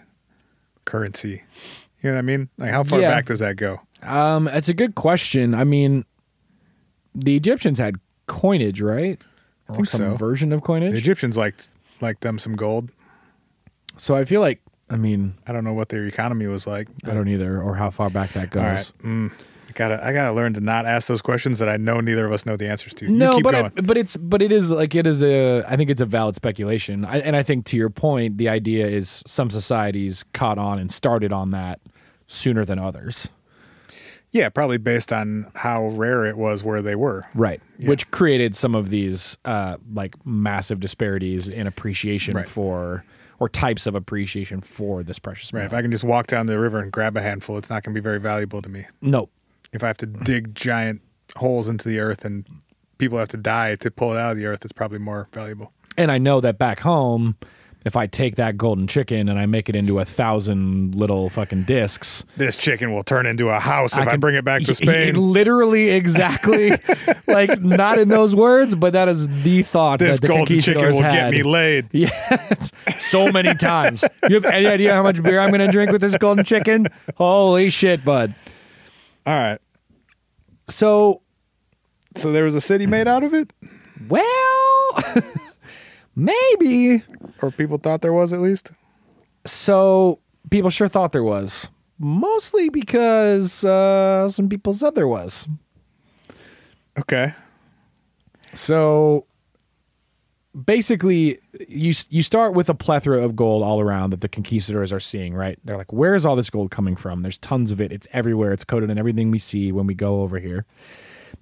A: currency? You know what I mean? Like, how far
B: Yeah.
A: back does that go?
B: Um, that's a good question. I mean, the Egyptians had coinage, right? Or
A: think
B: some
A: so.
B: version of coinage.
A: The Egyptians liked liked them some gold.
B: so I feel like, I mean,
A: I don't know what their economy was like.
B: I don't either, or how far back that goes.
A: All right, mm, gotta I gotta learn to not ask those questions that I know neither of us know the answers to. you
B: No,
A: keep
B: but
A: going.
B: it, but it's but it is like it is a I think it's a valid speculation, I, and I think to your point, the idea is some societies caught on and started on that sooner than others,
A: yeah, probably based on how rare it was where they were.
B: right? Which created some of these uh, like massive disparities in appreciation
A: Right.
B: for or types of appreciation for this precious
A: Right.
B: metal.
A: If I can just walk down the river and grab a handful, it's not gonna be very valuable to me.
B: no,
A: if I have to
B: Hmm.
A: dig giant holes into the earth and people have to die to pull it out of the earth, it's probably more valuable.
B: and I know that back home. If I take that golden chicken and I make it into a thousand little fucking discs,
A: This chicken will turn into a house if I,
B: can-
A: bring it
B: [laughs]
A: back to Spain. [laughs]
B: Literally, exactly. like not in those words, but that is the thought.
A: This
B: that the
A: golden chicken
B: conquistadors
A: will get
B: had. [laughs]
A: me laid.
B: Yes, so many times. You have any idea how much beer I'm going to drink with this golden chicken? Holy shit, bud!
A: All right.
B: So
A: So there was a city made out of it,
B: well, [laughs] maybe.
A: or people thought there was at least.
B: So people sure thought there was, mostly because uh, some people said there was.
A: Okay.
B: So basically, you you start with a plethora of gold all around that the conquistadors are seeing. Right? They're like, "Where is all this gold coming from? There's tons of it. It's everywhere. It's coated in everything we see when we go over here."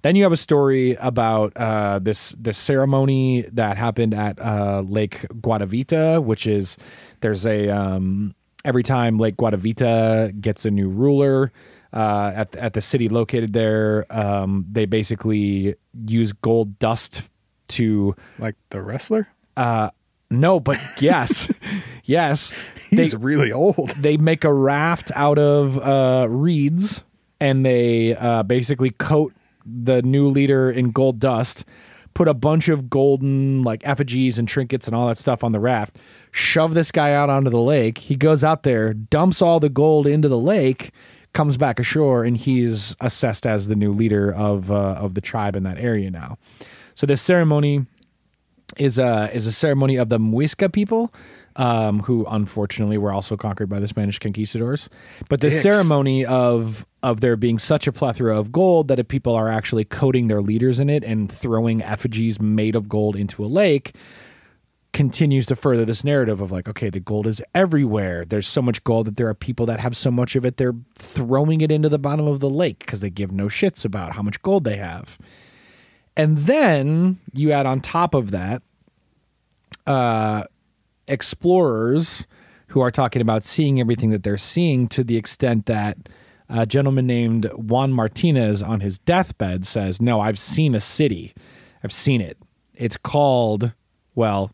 B: Then you have a story about uh, this this ceremony that happened at uh, Lake Guadavita, which is there's a um, every time Lake Guadavita gets a new ruler uh, at at the city located there, um, they basically use gold dust to
A: Like the wrestler?
B: no, but yes, yes,
A: He's really old.
B: they make a raft out of uh, reeds and they uh, basically coat the new leader in gold dust put a bunch of golden like effigies and trinkets and all that stuff on the raft shove this guy out onto the lake he goes out there dumps all the gold into the lake comes back ashore and he's assessed as the new leader of uh, of the tribe in that area now so this ceremony is a is a ceremony of the Muisca people, um, who unfortunately were also conquered by the Spanish conquistadors. But the
A: Dicks.
B: ceremony of of there being such a plethora of gold that if people are actually coating their leaders in it and throwing effigies made of gold into a lake continues to further this narrative of like okay the gold is everywhere there's so much gold that there are people that have so much of it they're throwing it into the bottom of the lake because they give no shits about how much gold they have and then you add on top of that explorers who are talking about seeing everything that they're seeing to the extent that a gentleman named Juan Martinez on his deathbed says, No, I've seen a city. I've seen it. It's called, well,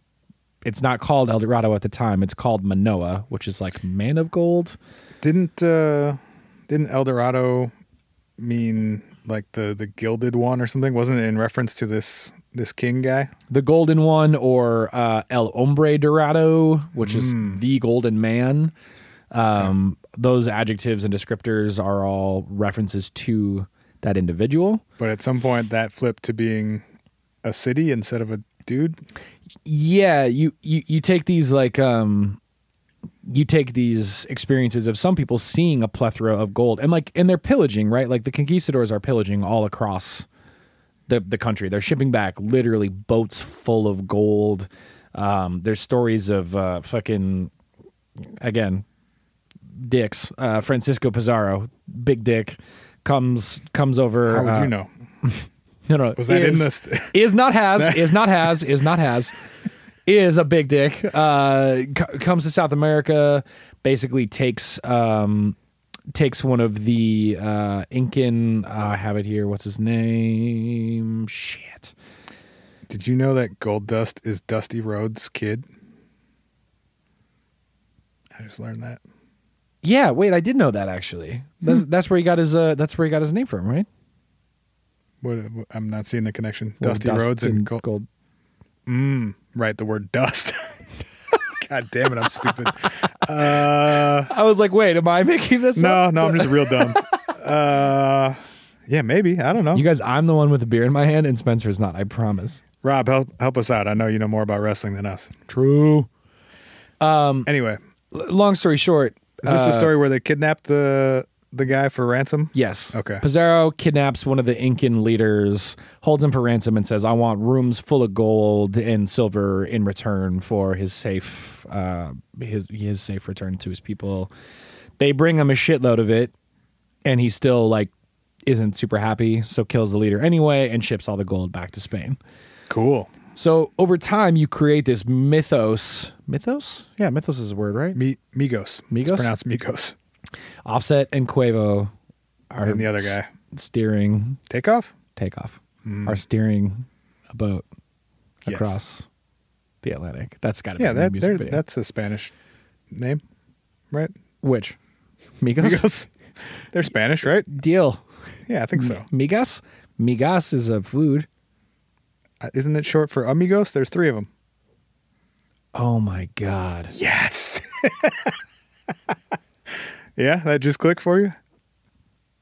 B: it's not called El Dorado at the time. It's called Manoa, which is like man of gold.
A: Didn't uh didn't El Dorado mean like the the gilded one or something? Wasn't it in reference to this this king guy?
B: The Golden One or uh, El Hombre Dorado, which is the Golden Man. Um, Those adjectives and descriptors are all references to that individual.
A: But at some point, that flipped to being a city instead of a dude.
B: yeah you, you you take these like um you take these experiences of some people seeing a plethora of gold and like and they're pillaging right like the conquistadors are pillaging all across the the country they're shipping back literally boats full of gold um there's stories of uh fucking again dicks uh francisco pizarro big dick comes comes over
A: How would
B: uh,
A: you know?
B: no, no.
A: Was that in
B: is,
A: the st- [laughs]
B: is not has is not has is not has is a big dick. Uh, c- comes to South America, basically takes um takes one of the uh Incan. Uh, I have it here. What's his name? Shit.
A: Did you know that Gold Dust is Dusty Rhodes' kid? I just learned that.
B: Yeah. Wait, I did know that actually. That's
A: Hmm.
B: that's where he got his uh that's where he got his name from, right?
A: What, what- I'm not seeing the connection.
B: Well,
A: Dusty
B: dust
A: Rhodes and Gold. Right, the word dust. [laughs] God damn it, I'm stupid. Uh,
B: I was like, wait, am I making this?
A: no,
B: up?
A: no, I'm just real dumb. Uh, yeah, maybe. I don't know.
B: You guys, I'm the one with the beer in my hand, and Spencer's not. I promise.
A: Rob, help help us out. I know you know more about wrestling than us.
B: True.
A: Anyway,
B: long story short,
A: is this the story where they kidnapped the the guy for ransom?
B: Yes.
A: Okay.
B: Pizarro kidnaps one of the Incan leaders, holds him for ransom, and says, "I want rooms full of gold and silver in return for his safe, uh, his his safe return to his people." They bring him a shitload of it, and he still like isn't super happy, so kills the leader anyway and ships all the gold back to Spain.
A: Cool.
B: So over time, you create this mythos. Mythos? Yeah, mythos is a word, right?
A: Mi- Migos. It's
B: Migos?
A: pronounced Migos.
B: Offset and Quavo are
A: And the other guy.
B: s- steering
A: Take off.
B: takeoff are steering a boat
A: Mm-hmm. Yes.
B: across the Atlantic. That's got to
A: Yeah,
B: be that,
A: that
B: music
A: there-
B: video.
A: that's a Spanish name,
B: [laughs]
A: right?
B: Which? Migos?
A: Migos. They're Spanish, right?
B: Deal.
A: Yeah, I think
B: Mm.
A: so.
B: Migas? Migas is a food.
A: Uh, Isn't it short for amigos? There's three of them.
B: Oh my God.
A: Yes. [laughs] yeah, that just clicked for you.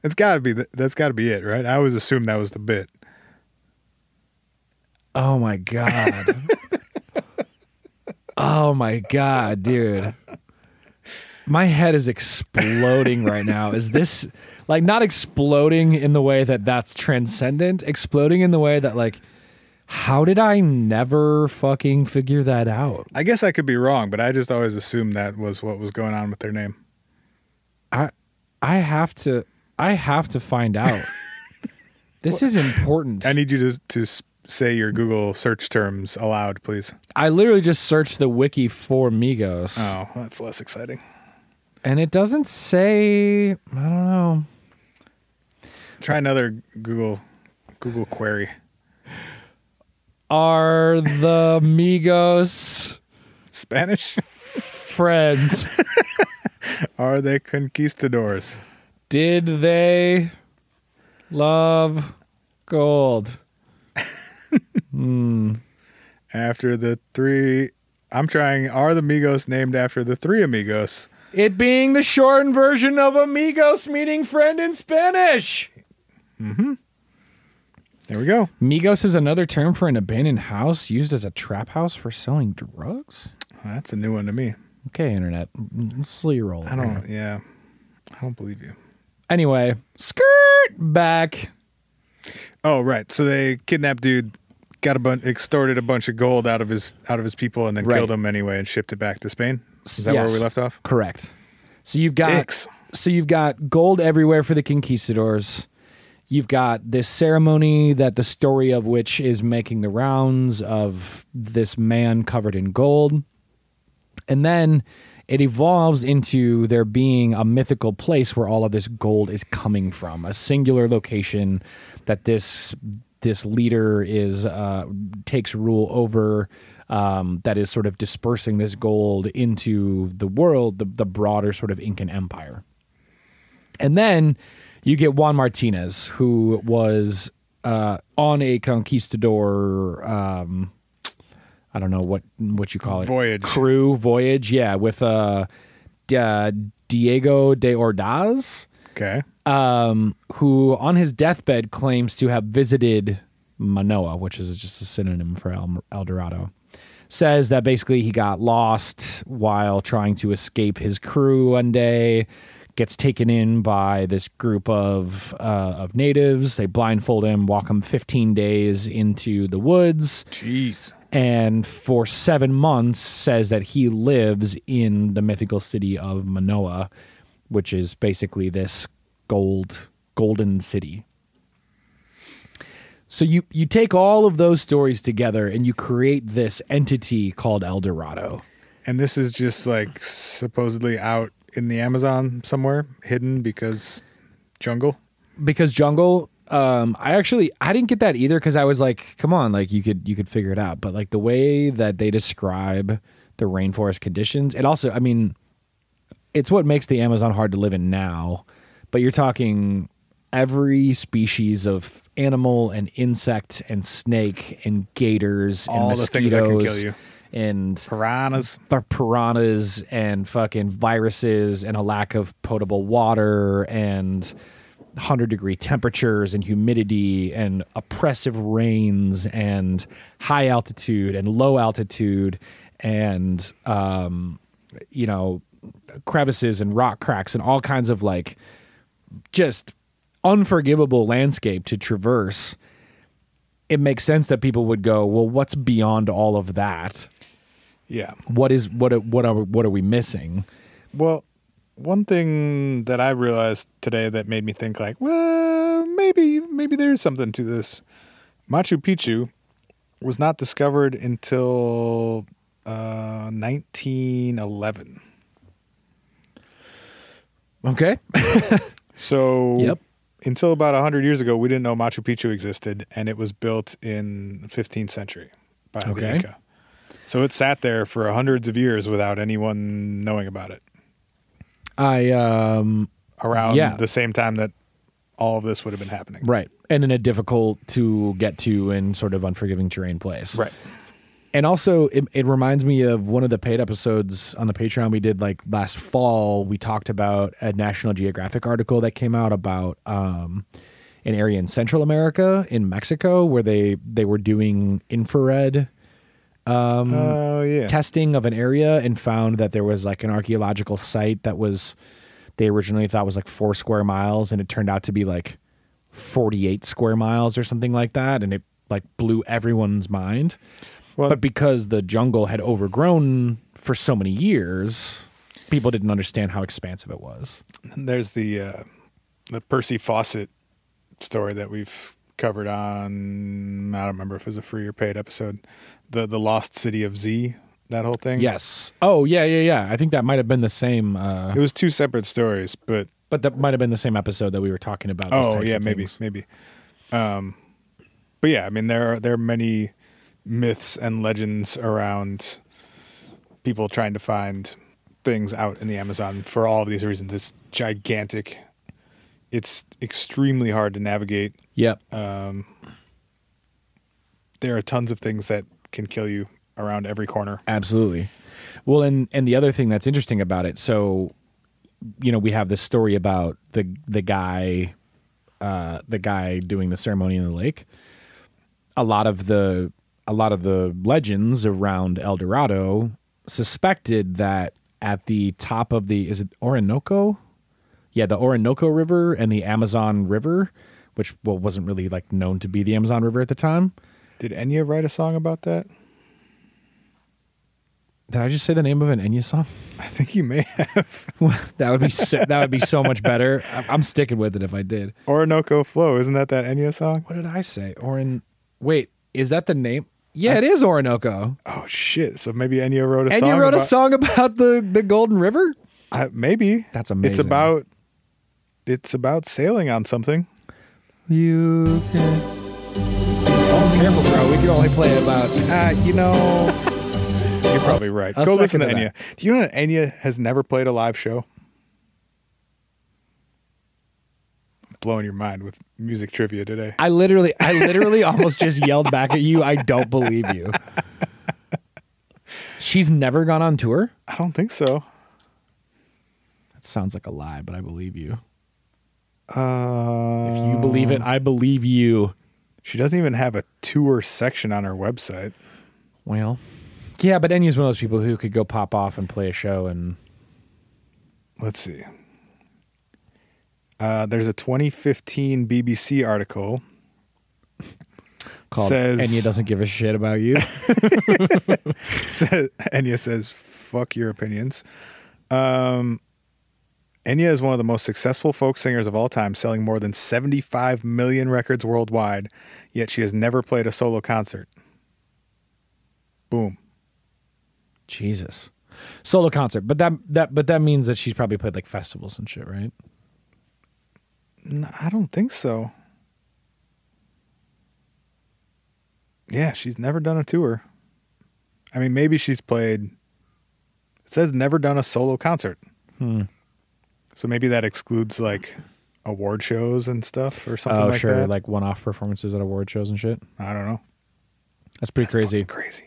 A: It's got to be th- that's got to be it, right? I always assumed that was the bit.
B: Oh my God. oh my God, dude. My head is exploding right now. Is this like not exploding in the way that that's transcendent? Exploding in the way that, like, how did I never fucking figure that out?
A: I guess I could be wrong, but I just always assumed that was what was going on with their name.
B: I I have to I have to find out. this is important.
A: I need you to to s- say your Google search terms aloud, please.
B: I literally just searched the wiki for Migos.
A: Oh, that's less exciting.
B: And it doesn't say I don't know.
A: Try another Google Google query.
B: Are the Migos
A: Spanish? [laughs]
B: friends?
A: Are they conquistadors?
B: Did they love gold?
A: After the three I'm trying are the Migos named after the three amigos?
B: It being the shortened version of amigos meaning friend in Spanish.
A: There we go.
B: Migos is another term for an abandoned house used as a trap house for selling drugs.
A: That's a new one to me.
B: Okay, internet, let's slow your roll.
A: I don't yeah. I don't believe you.
B: Anyway, skirt back.
A: Oh, right. So they kidnapped dude, got a bunch extorted a bunch of gold out of his out of his people and then
B: Right.
A: killed him anyway and shipped it back to Spain. Is that
B: Yes.
A: where we left off?
B: Correct. So you've got
A: Dicks.
B: so you've got gold everywhere for the conquistadors. You've got this ceremony that the story of which is making the rounds of this man covered in gold. And then it evolves into there being a mythical place where all of this gold is coming from, a singular location that this this leader is uh, takes rule over. Um, that is sort of dispersing this gold into the world, the, the broader sort of Incan Empire. And then you get Juan Martinez, who was uh, on a conquistador. Um, I don't know what what you call it.
A: Voyage.
B: crew voyage. Yeah, with uh, D- uh, Diego de Ordaz
A: Okay.
B: um, who on his deathbed claims to have visited Manoa, which is just a synonym for El, El Dorado, says that basically he got lost while trying to escape his crew one day, gets taken in by this group of uh, of natives. They blindfold him, walk him 15 days into the woods
A: Jeez.
B: and for seven months says that he lives in the mythical city of Manoa, which is basically this gold golden city. So you you take all of those stories together and you create this entity called El Dorado.
A: And this is just like supposedly out in the Amazon somewhere, hidden because jungle.
B: Because jungle, um, I actually I didn't get that either because I was like, come on, like you could you could figure it out. But like the way that they describe the rainforest conditions, it also I mean it's what makes the Amazon hard to live in now. But you're talking every species of animal and insect and snake and gators and
A: All the things
B: mosquitoes
A: that can kill you.
B: and
A: Piranhas.
B: pir- piranhas and fucking viruses and a lack of potable water and 100 degree temperatures and humidity and oppressive rains and high altitude and low altitude and um you know crevices and rock cracks and all kinds of like just unforgivable landscape to traverse it makes sense that people would go well what's beyond all of that
A: Yeah.
B: what is what are, what are what are we missing?
A: Well, one thing that I realized today that made me think like, well, maybe maybe there is something to this. Machu Picchu was not discovered until uh, 1911.
B: Okay.
A: So
B: Yep.
A: until about 100 years ago, we didn't know Machu Picchu existed, and it was built in 15th century by the
B: Okay.
A: Inca. So it sat there for hundreds of years without anyone knowing about it.
B: I um
A: Around
B: Yeah.
A: the same time that all of this would have been happening.
B: right, and in a difficult to get to and sort of unforgiving terrain place.
A: Right.
B: And also, it, it reminds me of one of the paid episodes on the Patreon we did like last fall. We talked about a National Geographic article that came out about um, an area in Central America in Mexico where they they were doing infrared
A: Oh yeah.
B: testing of an area and found that there was like an archaeological site that was they originally thought was like four square miles and it turned out to be like 48 square miles or something like that and it like blew everyone's mind
A: Well-
B: but because the jungle had overgrown for so many years people didn't understand how expansive it was
A: And there's the uh, the Percy Fawcett story that we've covered on. I don't remember if it was a free or paid episode. The the lost city of Z. That whole thing.
B: yes oh yeah yeah yeah i think that might have been the same uh
A: It was two separate stories, but
B: but that might have been the same episode that we were talking about these
A: oh
B: types
A: yeah,
B: of
A: maybe
B: things.
A: maybe. Um, but yeah, I mean there are there are many myths and legends around people trying to find things out in the Amazon for all of these reasons. It's gigantic. It's extremely hard to navigate.
B: yep
A: there are tons of things that can kill you around every corner.
B: Absolutely. Well, and and the other thing that's interesting about it, so you know, we have this story about the the guy uh the guy doing the ceremony in the lake. A lot of the a lot of the legends around El Dorado suspected that at the top of the is it Orinoco? Yeah, the Orinoco River and the Amazon River, which well wasn't really like known to be the Amazon River at the time.
A: Did Enya write a song about that? [laughs]
B: Did I just say the name of an Enya song?
A: I think he may have.
B: [laughs] that would be so, that would be so much better. I- I'm sticking with it if I did.
A: Orinoco Flow, isn't that that Enya song?
B: What did I say? Orin. Wait, is that the name? Yeah, it is Orinoco.
A: Oh shit! So maybe Enya wrote a
B: And
A: song.
B: you wrote a
A: about-
B: song about the the Golden River.
A: I- maybe It's
B: That's amazing.
A: about it's about sailing on something.
B: You can. Oh, careful, bro. We can only play about.
A: Uh, you know, [laughs] you're probably right.
B: I'll
A: Go listen to
B: second
A: Enya.
B: that.
A: Do you know that Enya has never played a live show? blowing your mind with music trivia today.
B: I literally, I literally almost just yelled back at you. I don't believe you. She's never gone on tour.
A: I don't think so.
B: That sounds like a lie, but I believe you.
A: Uh,
B: If you believe it, I believe you.
A: she doesn't even have a tour section on her website.
B: Well, yeah, but Enya's one of those people who could go pop off and play a show, and
A: Let's see. Uh, there's a 2015 BBC article
B: called
A: Says-
B: Enya doesn't give a shit
A: [laughs]
B: about you.
A: says Enya says, "Fuck your opinions." Um, Enya is one of the most successful folk singers of all time, selling more than 75 million records worldwide. Yet she has never played a solo concert. Boom.
B: Jesus, solo concert, but that that but that means that she's probably played like festivals and shit, right?
A: N- I don't think so. Yeah, she's never done a tour. I mean, maybe she's played. It says never done a solo concert.
B: Hmm.
A: So maybe that excludes like award shows and stuff or something
B: oh,
A: like
B: sure,
A: that.
B: like one-off performances at award shows and shit.
A: I don't know.
B: That's pretty crazy.
A: Fucking crazy.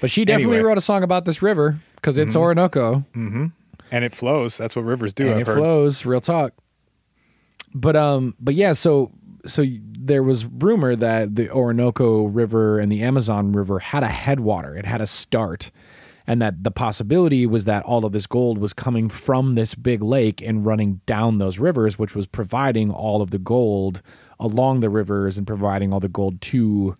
B: But she definitely
A: Anyway.
B: wrote a song about this river because it's Orinoco
A: And it flows. That's what rivers do.
B: and
A: I've
B: it
A: heard.
B: flows. Real talk. But um, but yeah, so so there was rumor that the Orinoco River and the Amazon River had a headwater. It had a start. And that the possibility was that all of this gold was coming from this big lake and running down those rivers, which was providing all of the gold along the rivers and providing all the gold to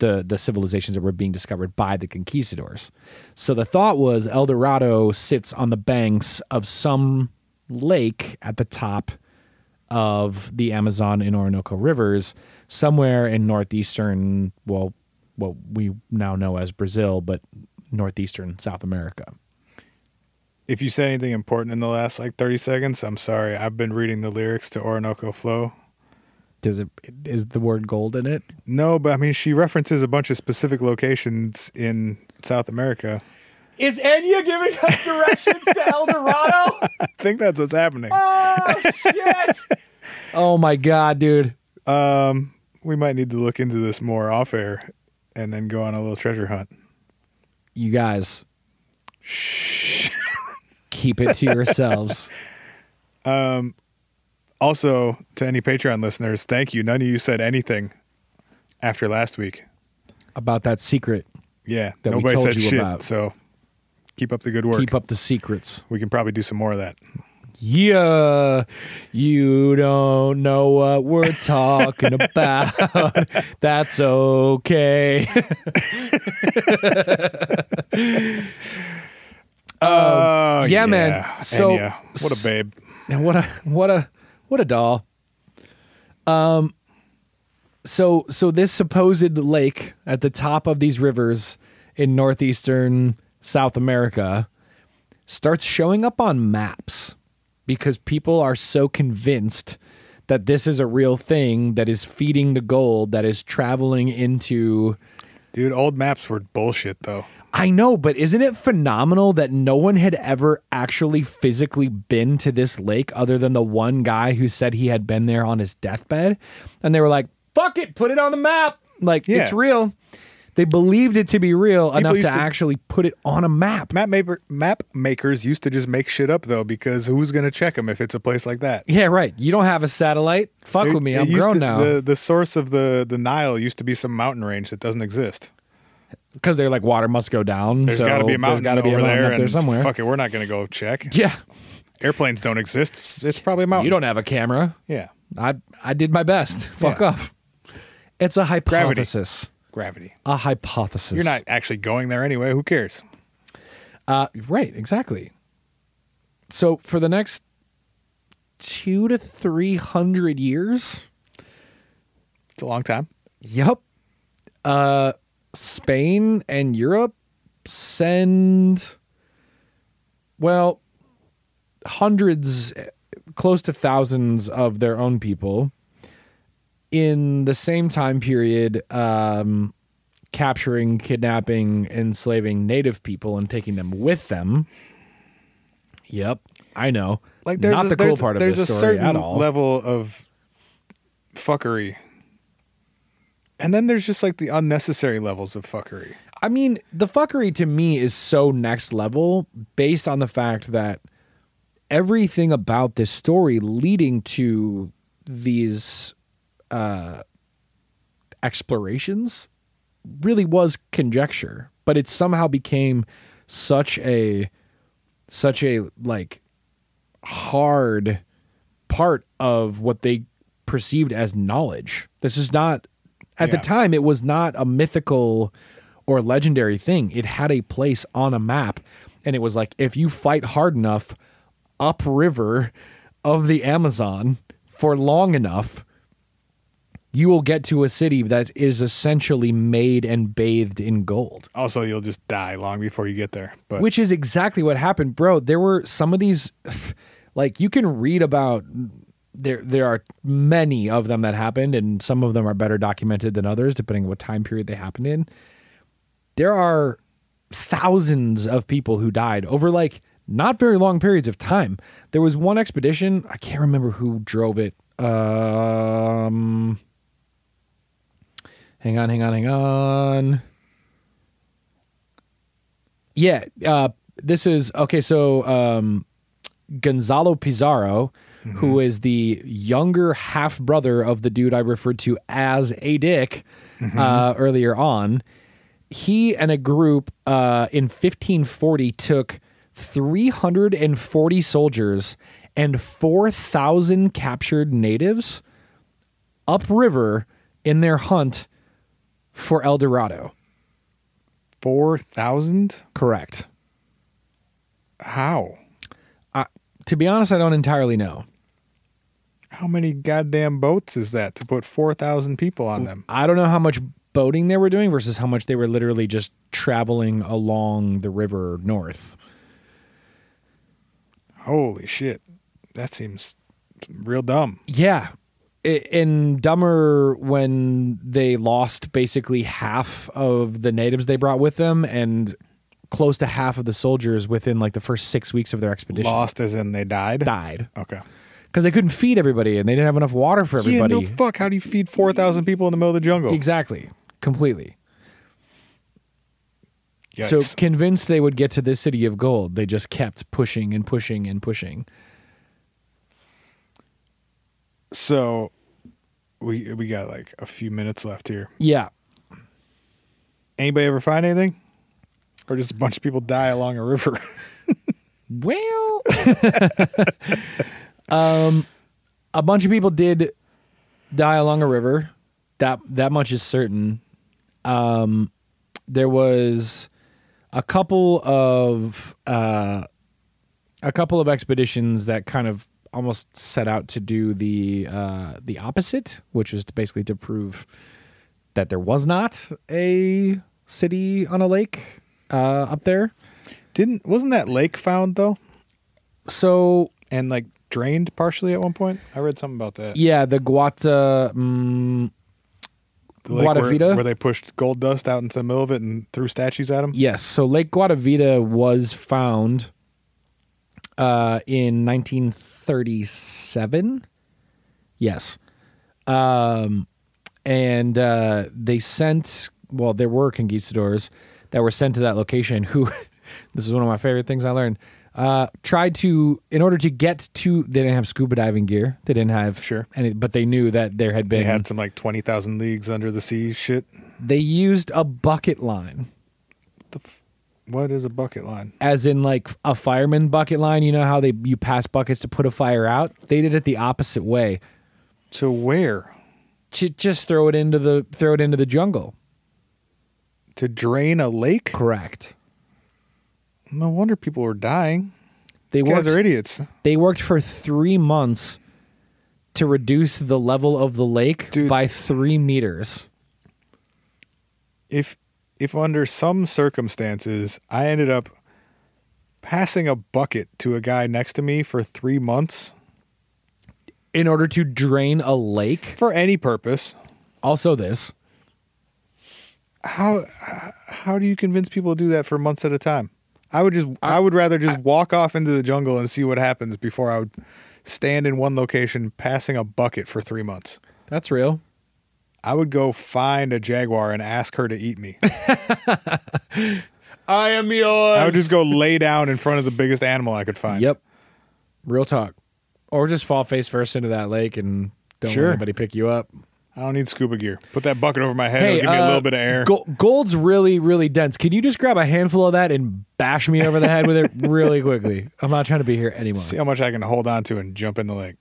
B: the the civilizations that were being discovered by the conquistadors. So the thought was El Dorado sits on the banks of some lake at the top of the Amazon and Orinoco rivers, somewhere in northeastern, well, what we now know as Brazil, but northeastern South America.
A: If you said anything important in the last like 30 seconds, I'm sorry. I've been reading the lyrics to Orinoco Flow.
B: Does it is the word gold in it?
A: No, but I mean, she references a bunch of specific locations in South America.
B: Is Enya giving us directions to El [laughs] Dorado?
A: I think that's what's happening.
B: oh my god, dude.
A: Um, we might need to look into this more off air and then go on a little treasure hunt.
B: You guys. Keep it to yourselves.
A: Also, to any Patreon listeners, thank you. None of you said anything after last week.
B: about that secret.
A: Yeah,
B: That we
A: nobody
B: told
A: said
B: you
A: shit.
B: about.
A: So keep up the good work.
B: Keep up the secrets.
A: We can probably do some more of that.
B: Yeah, you don't know what we're talking about. [laughs] That's okay. [laughs]
A: Oh,
B: Uh, yeah, man. So-
A: Enya, what a babe.
B: And what a what a what a doll. Um so so this supposed lake at the top of these rivers in northeastern South America starts showing up on maps because people are so convinced that this is a real thing that is feeding the gold that is traveling into
A: Dude, old maps were bullshit, though.
B: I know, but isn't it phenomenal that no one had ever actually physically been to this lake other than the one guy who said he had been there on his deathbed? And they were like, fuck it, put it on the map. Like,
A: Yeah.
B: it's real. They believed it to be real enough to,
A: used to-
B: actually put it on a map.
A: Map, maker, map makers used to just make shit up, though, because who's going to check them if it's a place like that?
B: Yeah, right. You don't have a satellite. Fuck
A: It-
B: with me.
A: it
B: I'm
A: used
B: grown
A: to-
B: now.
A: The, the source of the, the Nile used to be some mountain range that doesn't exist.
B: Because they're like, water must go down.
A: There's
B: so
A: got to be a
B: there's
A: mountain
B: gotta be a
A: over
B: mountain
A: there,
B: up there
A: and
B: somewhere.
A: Fuck it, we're not going to go check.
B: Yeah.
A: Airplanes don't exist. It's probably a mountain.
B: You don't have a camera.
A: Yeah,
B: I, I did my best. Fuck
A: Yeah.
B: off. It's a
A: Gravity.
B: hypothesis.
A: gravity.
B: a hypothesis.
A: You're not actually going there anyway. Who cares?
B: uh, right. Exactly. So for the next two to three hundred years,
A: It's a long time.
B: yep. Uh, Spain and Europe send well hundreds, close to thousands of their own people. In the same time period, um, capturing, kidnapping, enslaving native people and taking them with them. Yep, I know.
A: Like there's
B: not
A: a,
B: the cool
A: there's-
B: part of
A: there's
B: this
A: a
B: story
A: certain
B: at all.
A: level of fuckery. And then there's just like the unnecessary levels of fuckery.
B: I mean, the fuckery to me is so next level based on the fact that everything about this story leading to these uh, explorations really was conjecture, but it somehow became such a such a like hard part of what they perceived as knowledge. This is not at
A: Yeah.
B: the time it was not a mythical or legendary thing. It had a place on a map and it was like if you fight hard enough upriver of the Amazon for long enough you will get to a city that is essentially made and bathed in gold.
A: Also, you'll just die long before you get there. But
B: Which is exactly what happened, bro. There were some of these, [laughs] like you can read about. There, there are many of them that happened, and some of them are better documented than others, depending on what time period they happened in. There are thousands of people who died over like not very long periods of time. There was one expedition, I can't remember who drove it. Um, hang on, hang on, hang on. Yeah, uh, this is okay. So um, Gonzalo Pizarro, who is the younger half brother of the dude I referred to as a dick uh, earlier on, he and a group uh, in 1540 took 340 soldiers and 4,000 captured natives upriver in their hunt for El Dorado.
A: 4,000?
B: Correct.
A: How?
B: To be honest, I don't entirely know.
A: How many goddamn boats is that to put 4,000 people on them?
B: I don't know how much boating they were doing versus how much they were literally just traveling along the river north.
A: Holy shit. That seems real dumb.
B: Yeah. I- In Dumber, when they lost basically half of the natives they brought with them and close to half of the soldiers within like the first six weeks of their expedition
A: Lost as in they died?
B: died
A: Okay.
B: because they couldn't feed everybody and they didn't have enough water for everybody.
A: Yeah, no fuck. How do you feed 4,000 people in the middle of the jungle?
B: Exactly. Completely.
A: Yikes.
B: So convinced they would get to this city of gold, they just kept pushing and pushing and pushing.
A: so we we got like a few minutes left here.
B: Yeah.
A: Anybody ever find anything? Or just a bunch of people die along a river? [laughs]
B: Well, um, a bunch of people did die along a river. That that much is certain. Um, there was a couple of uh, a couple of expeditions that kind of almost set out to do the uh, the opposite, which was to basically to prove that there was not a city on a lake uh, up there.
A: Didn't wasn't that lake found though?
B: So
A: And like drained partially at one point? I read something about that.
B: Yeah, the Guata. Mm,
A: The lake where-
B: Guatavita?
A: Where, they pushed gold dust out into the middle of it and threw statues at them?
B: yes, so Lake Guatavita was found uh, in 1937. Yes, um, and uh, they sent. Well, there were conquistadors that were sent to that location. Who, [laughs] this is one of my favorite things I learned. Uh, tried to in order to get to. They didn't have scuba diving gear. They didn't have
A: Sure.
B: any, but they knew that there had been
A: They had some like 20,000 leagues under the sea shit.
B: they used a bucket line.
A: the f- what is a bucket line?
B: as in like a fireman bucket line. You know how they you pass buckets to put a fire out. They did it the opposite way.
A: So where
B: J- just throw it into the throw it into the jungle.
A: to drain a lake?
B: Correct.
A: No wonder people were dying.
B: They
A: These guys
B: worked.
A: are idiots,
B: They worked for three months to reduce the level of the lake
A: Dude.
B: by three meters.
A: if if under some circumstances I ended up passing a bucket to a guy next to me for three months
B: In order to drain a lake,
A: for any purpose,
B: also this
A: how how do you convince people to do that for months at a time? I would just I, would rather just walk off into the jungle and see what happens before I would stand in one location passing a bucket for three months.
B: That's real.
A: I would go find a jaguar and ask her to eat
B: [laughs]
A: me.
B: I am yours.
A: I would just go lay down in front of the biggest animal I could find.
B: Yep. Real talk. Or just fall face first into that lake and don't
A: Sure.
B: let anybody pick you up.
A: I don't need scuba gear. Put that bucket over my head. It'll give me a
B: uh,
A: little bit of air.
B: go- gold's really, really dense. Can you just grab a handful of that and bash me over the head with
A: [laughs]
B: it really quickly? I'm not trying to be here anymore.
A: See how much I can hold on to and jump in the lake.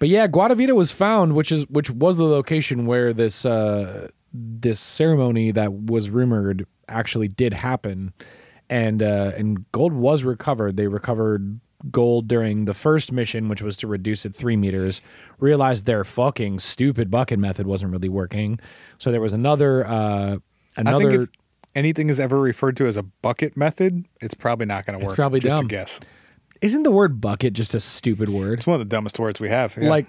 B: But yeah, Guadavita was found, which is which was the location where this uh, this ceremony that was rumored actually did happen, and uh, and gold was recovered. They recovered gold during the first mission, which was to reduce it three meters. Realized their fucking stupid bucket method wasn't really working, so there was another uh,
A: I think
B: another.
A: if anything is ever referred to as a bucket method, it's probably not going to work.
B: probably
A: just
B: dumb.
A: a guess.
B: isn't the word bucket just a stupid word?
A: It's one of the dumbest words we have. yeah.
B: like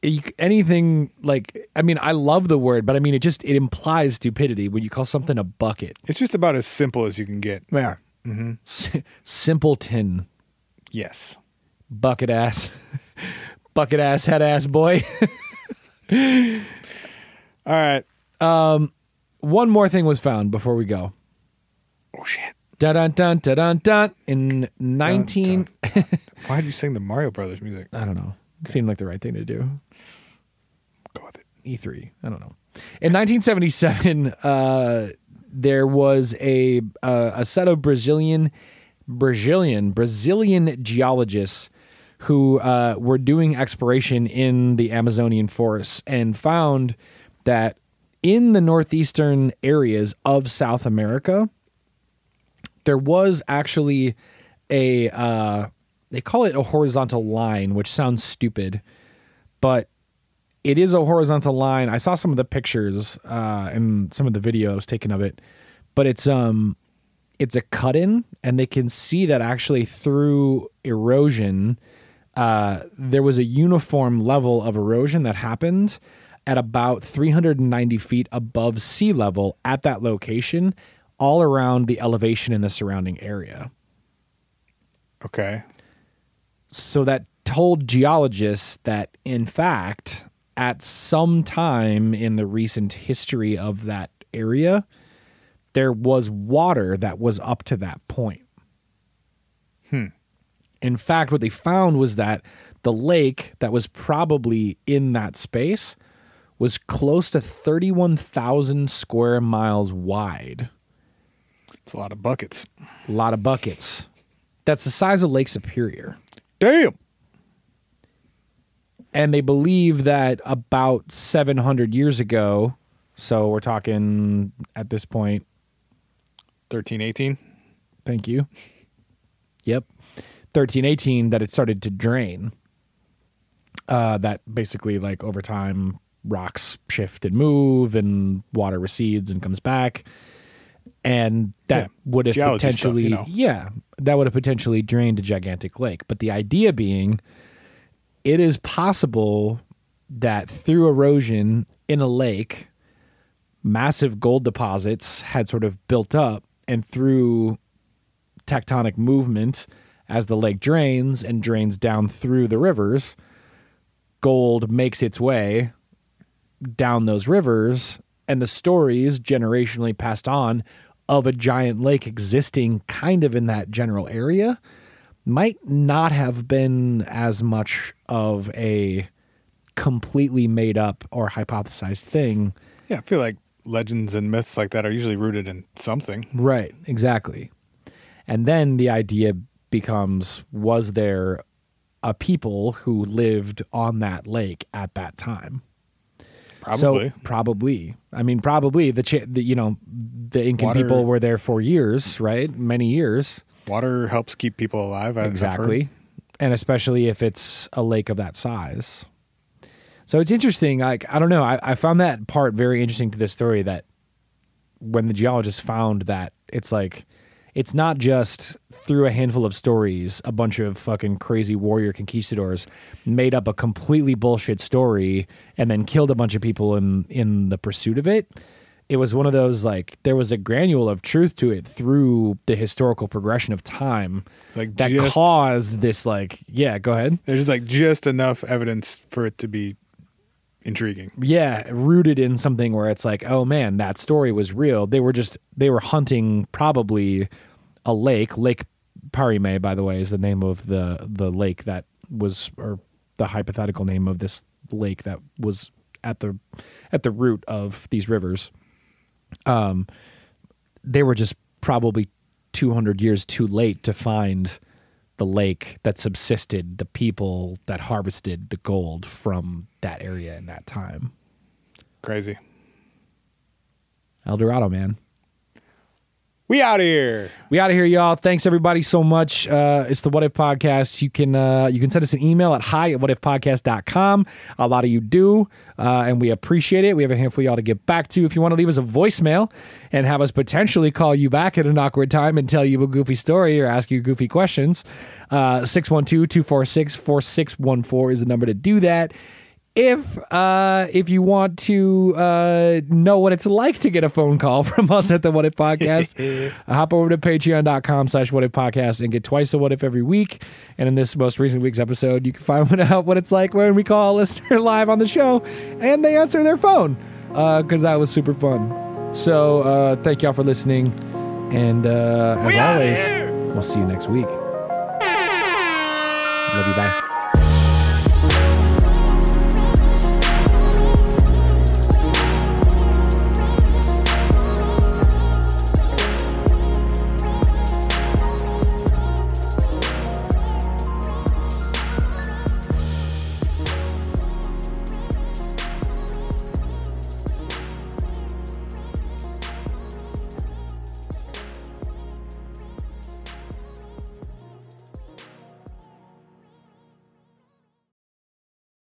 B: you c- anything like i mean i love the word but i mean it just it implies stupidity when you call something a bucket
A: it's just about as simple as you can get.
B: yeah mm-hmm. simpleton
A: Yes.
B: bucket ass [laughs] bucket ass head ass boy [laughs]
A: All right.
B: one more thing was found before we go
A: Oh shit.
B: dun dun dun dun dun dun in 19
A: [laughs] Why would you sing the Mario Brothers music?
B: i don't know it seemed like the right thing to do
A: Go with it.
B: E3. E I don't know. In 1977, uh, there was a uh, a set of Brazilian Brazilian Brazilian geologists who uh, were doing exploration in the Amazonian forests and found that in the northeastern areas of South America, there was actually a uh, they call it a horizontal line, which sounds stupid, but it is a horizontal line. I saw some of the pictures uh, and some of the videos taken of it, but it's um, it's a cut in, and they can see that actually through erosion, uh, there was a uniform level of erosion that happened at about 390 feet above sea level at that location, all around the elevation in the surrounding area
A: Okay.
B: so that told geologists that in fact at some time in the recent history of that area there was water that was up to that point in fact what they found was that the lake that was probably in that space was close to 31,000 square miles wide
A: It's a lot of buckets.
B: a lot of buckets that's the size of lake superior
A: Damn.
B: and they believe that about 700 years ago so we're talking at this point
A: Thirteen, eighteen.
B: thank you yep 1318 that it started to drain uh, that basically like over time rocks shift and move and water recedes and comes back and that
A: Yeah,
B: would have
A: geology stuff,
B: potentially
A: you know.
B: yeah that would have potentially drained a gigantic lake but the idea being it is possible that through erosion in a lake, massive gold deposits had sort of built up, and through tectonic movement, as the lake drains and drains down through the rivers, gold makes its way down those rivers, and the stories generationally passed on of a giant lake existing kind of in that general area might not have been as much of a completely made up or hypothesized thing.
A: Yeah, I feel like legends and myths like that are usually rooted in something.
B: Right, exactly. And then the idea becomes was there a people who lived on that lake at that time?
A: Probably.
B: So probably. I mean, probably the, cha- the you know the Incan
A: Water-
B: people were there for years, right? Many years,
A: Water helps keep people alive. I- I've heard.
B: exactly, and especially if it's a lake of that size. So it's interesting. Like I don't know. I, I found that part very interesting to this story. That when the geologists found that, it's like it's not just through a handful of stories, a bunch of fucking crazy warrior conquistadors made up a completely bullshit story and then killed a bunch of people in in the pursuit of it. It was one of those like there was a granule of truth to it through the historical progression of time
A: Like
B: that
A: just-
B: caused this like yeah go ahead
A: There's like just enough evidence for it to be intriguing.
B: yeah, rooted in something where it's like, oh man, that story was real. They were just they were hunting probably a lake. Lake Parime, by the way, is the name of the the lake that was or the hypothetical name of this lake that was at the at the root of these rivers. Um they were just probably 200 years too late to find the lake that subsisted the people that harvested the gold from that area in that time.
A: Crazy.
B: El Dorado, man.
A: We out here.
B: We out of here, y'all. Thanks everybody so much. Uh, it's the What If Podcast. You can uh, you can send us an email at hi at whatifpodcast.com. A lot of you do, uh, and we appreciate it. We have a handful of y'all to get back to. If you want to leave us a voicemail and have us potentially call you back at an awkward time and tell you a goofy story or ask you goofy questions, uh, 612 246 4614 is the number to do that if uh, if you want to uh, know what it's like to get a phone call [laughs] from us at the What If Podcast, hop over to patreon.com slash what if podcast and get twice a what if every week. And in this most recent week's episode, you can find [laughs] out what it's like when we call a listener [laughs] live on the show and they answer their phone because that was super fun. So uh, thank y'all for listening. And uh, as always, we'll see you next week. Love you. Bye.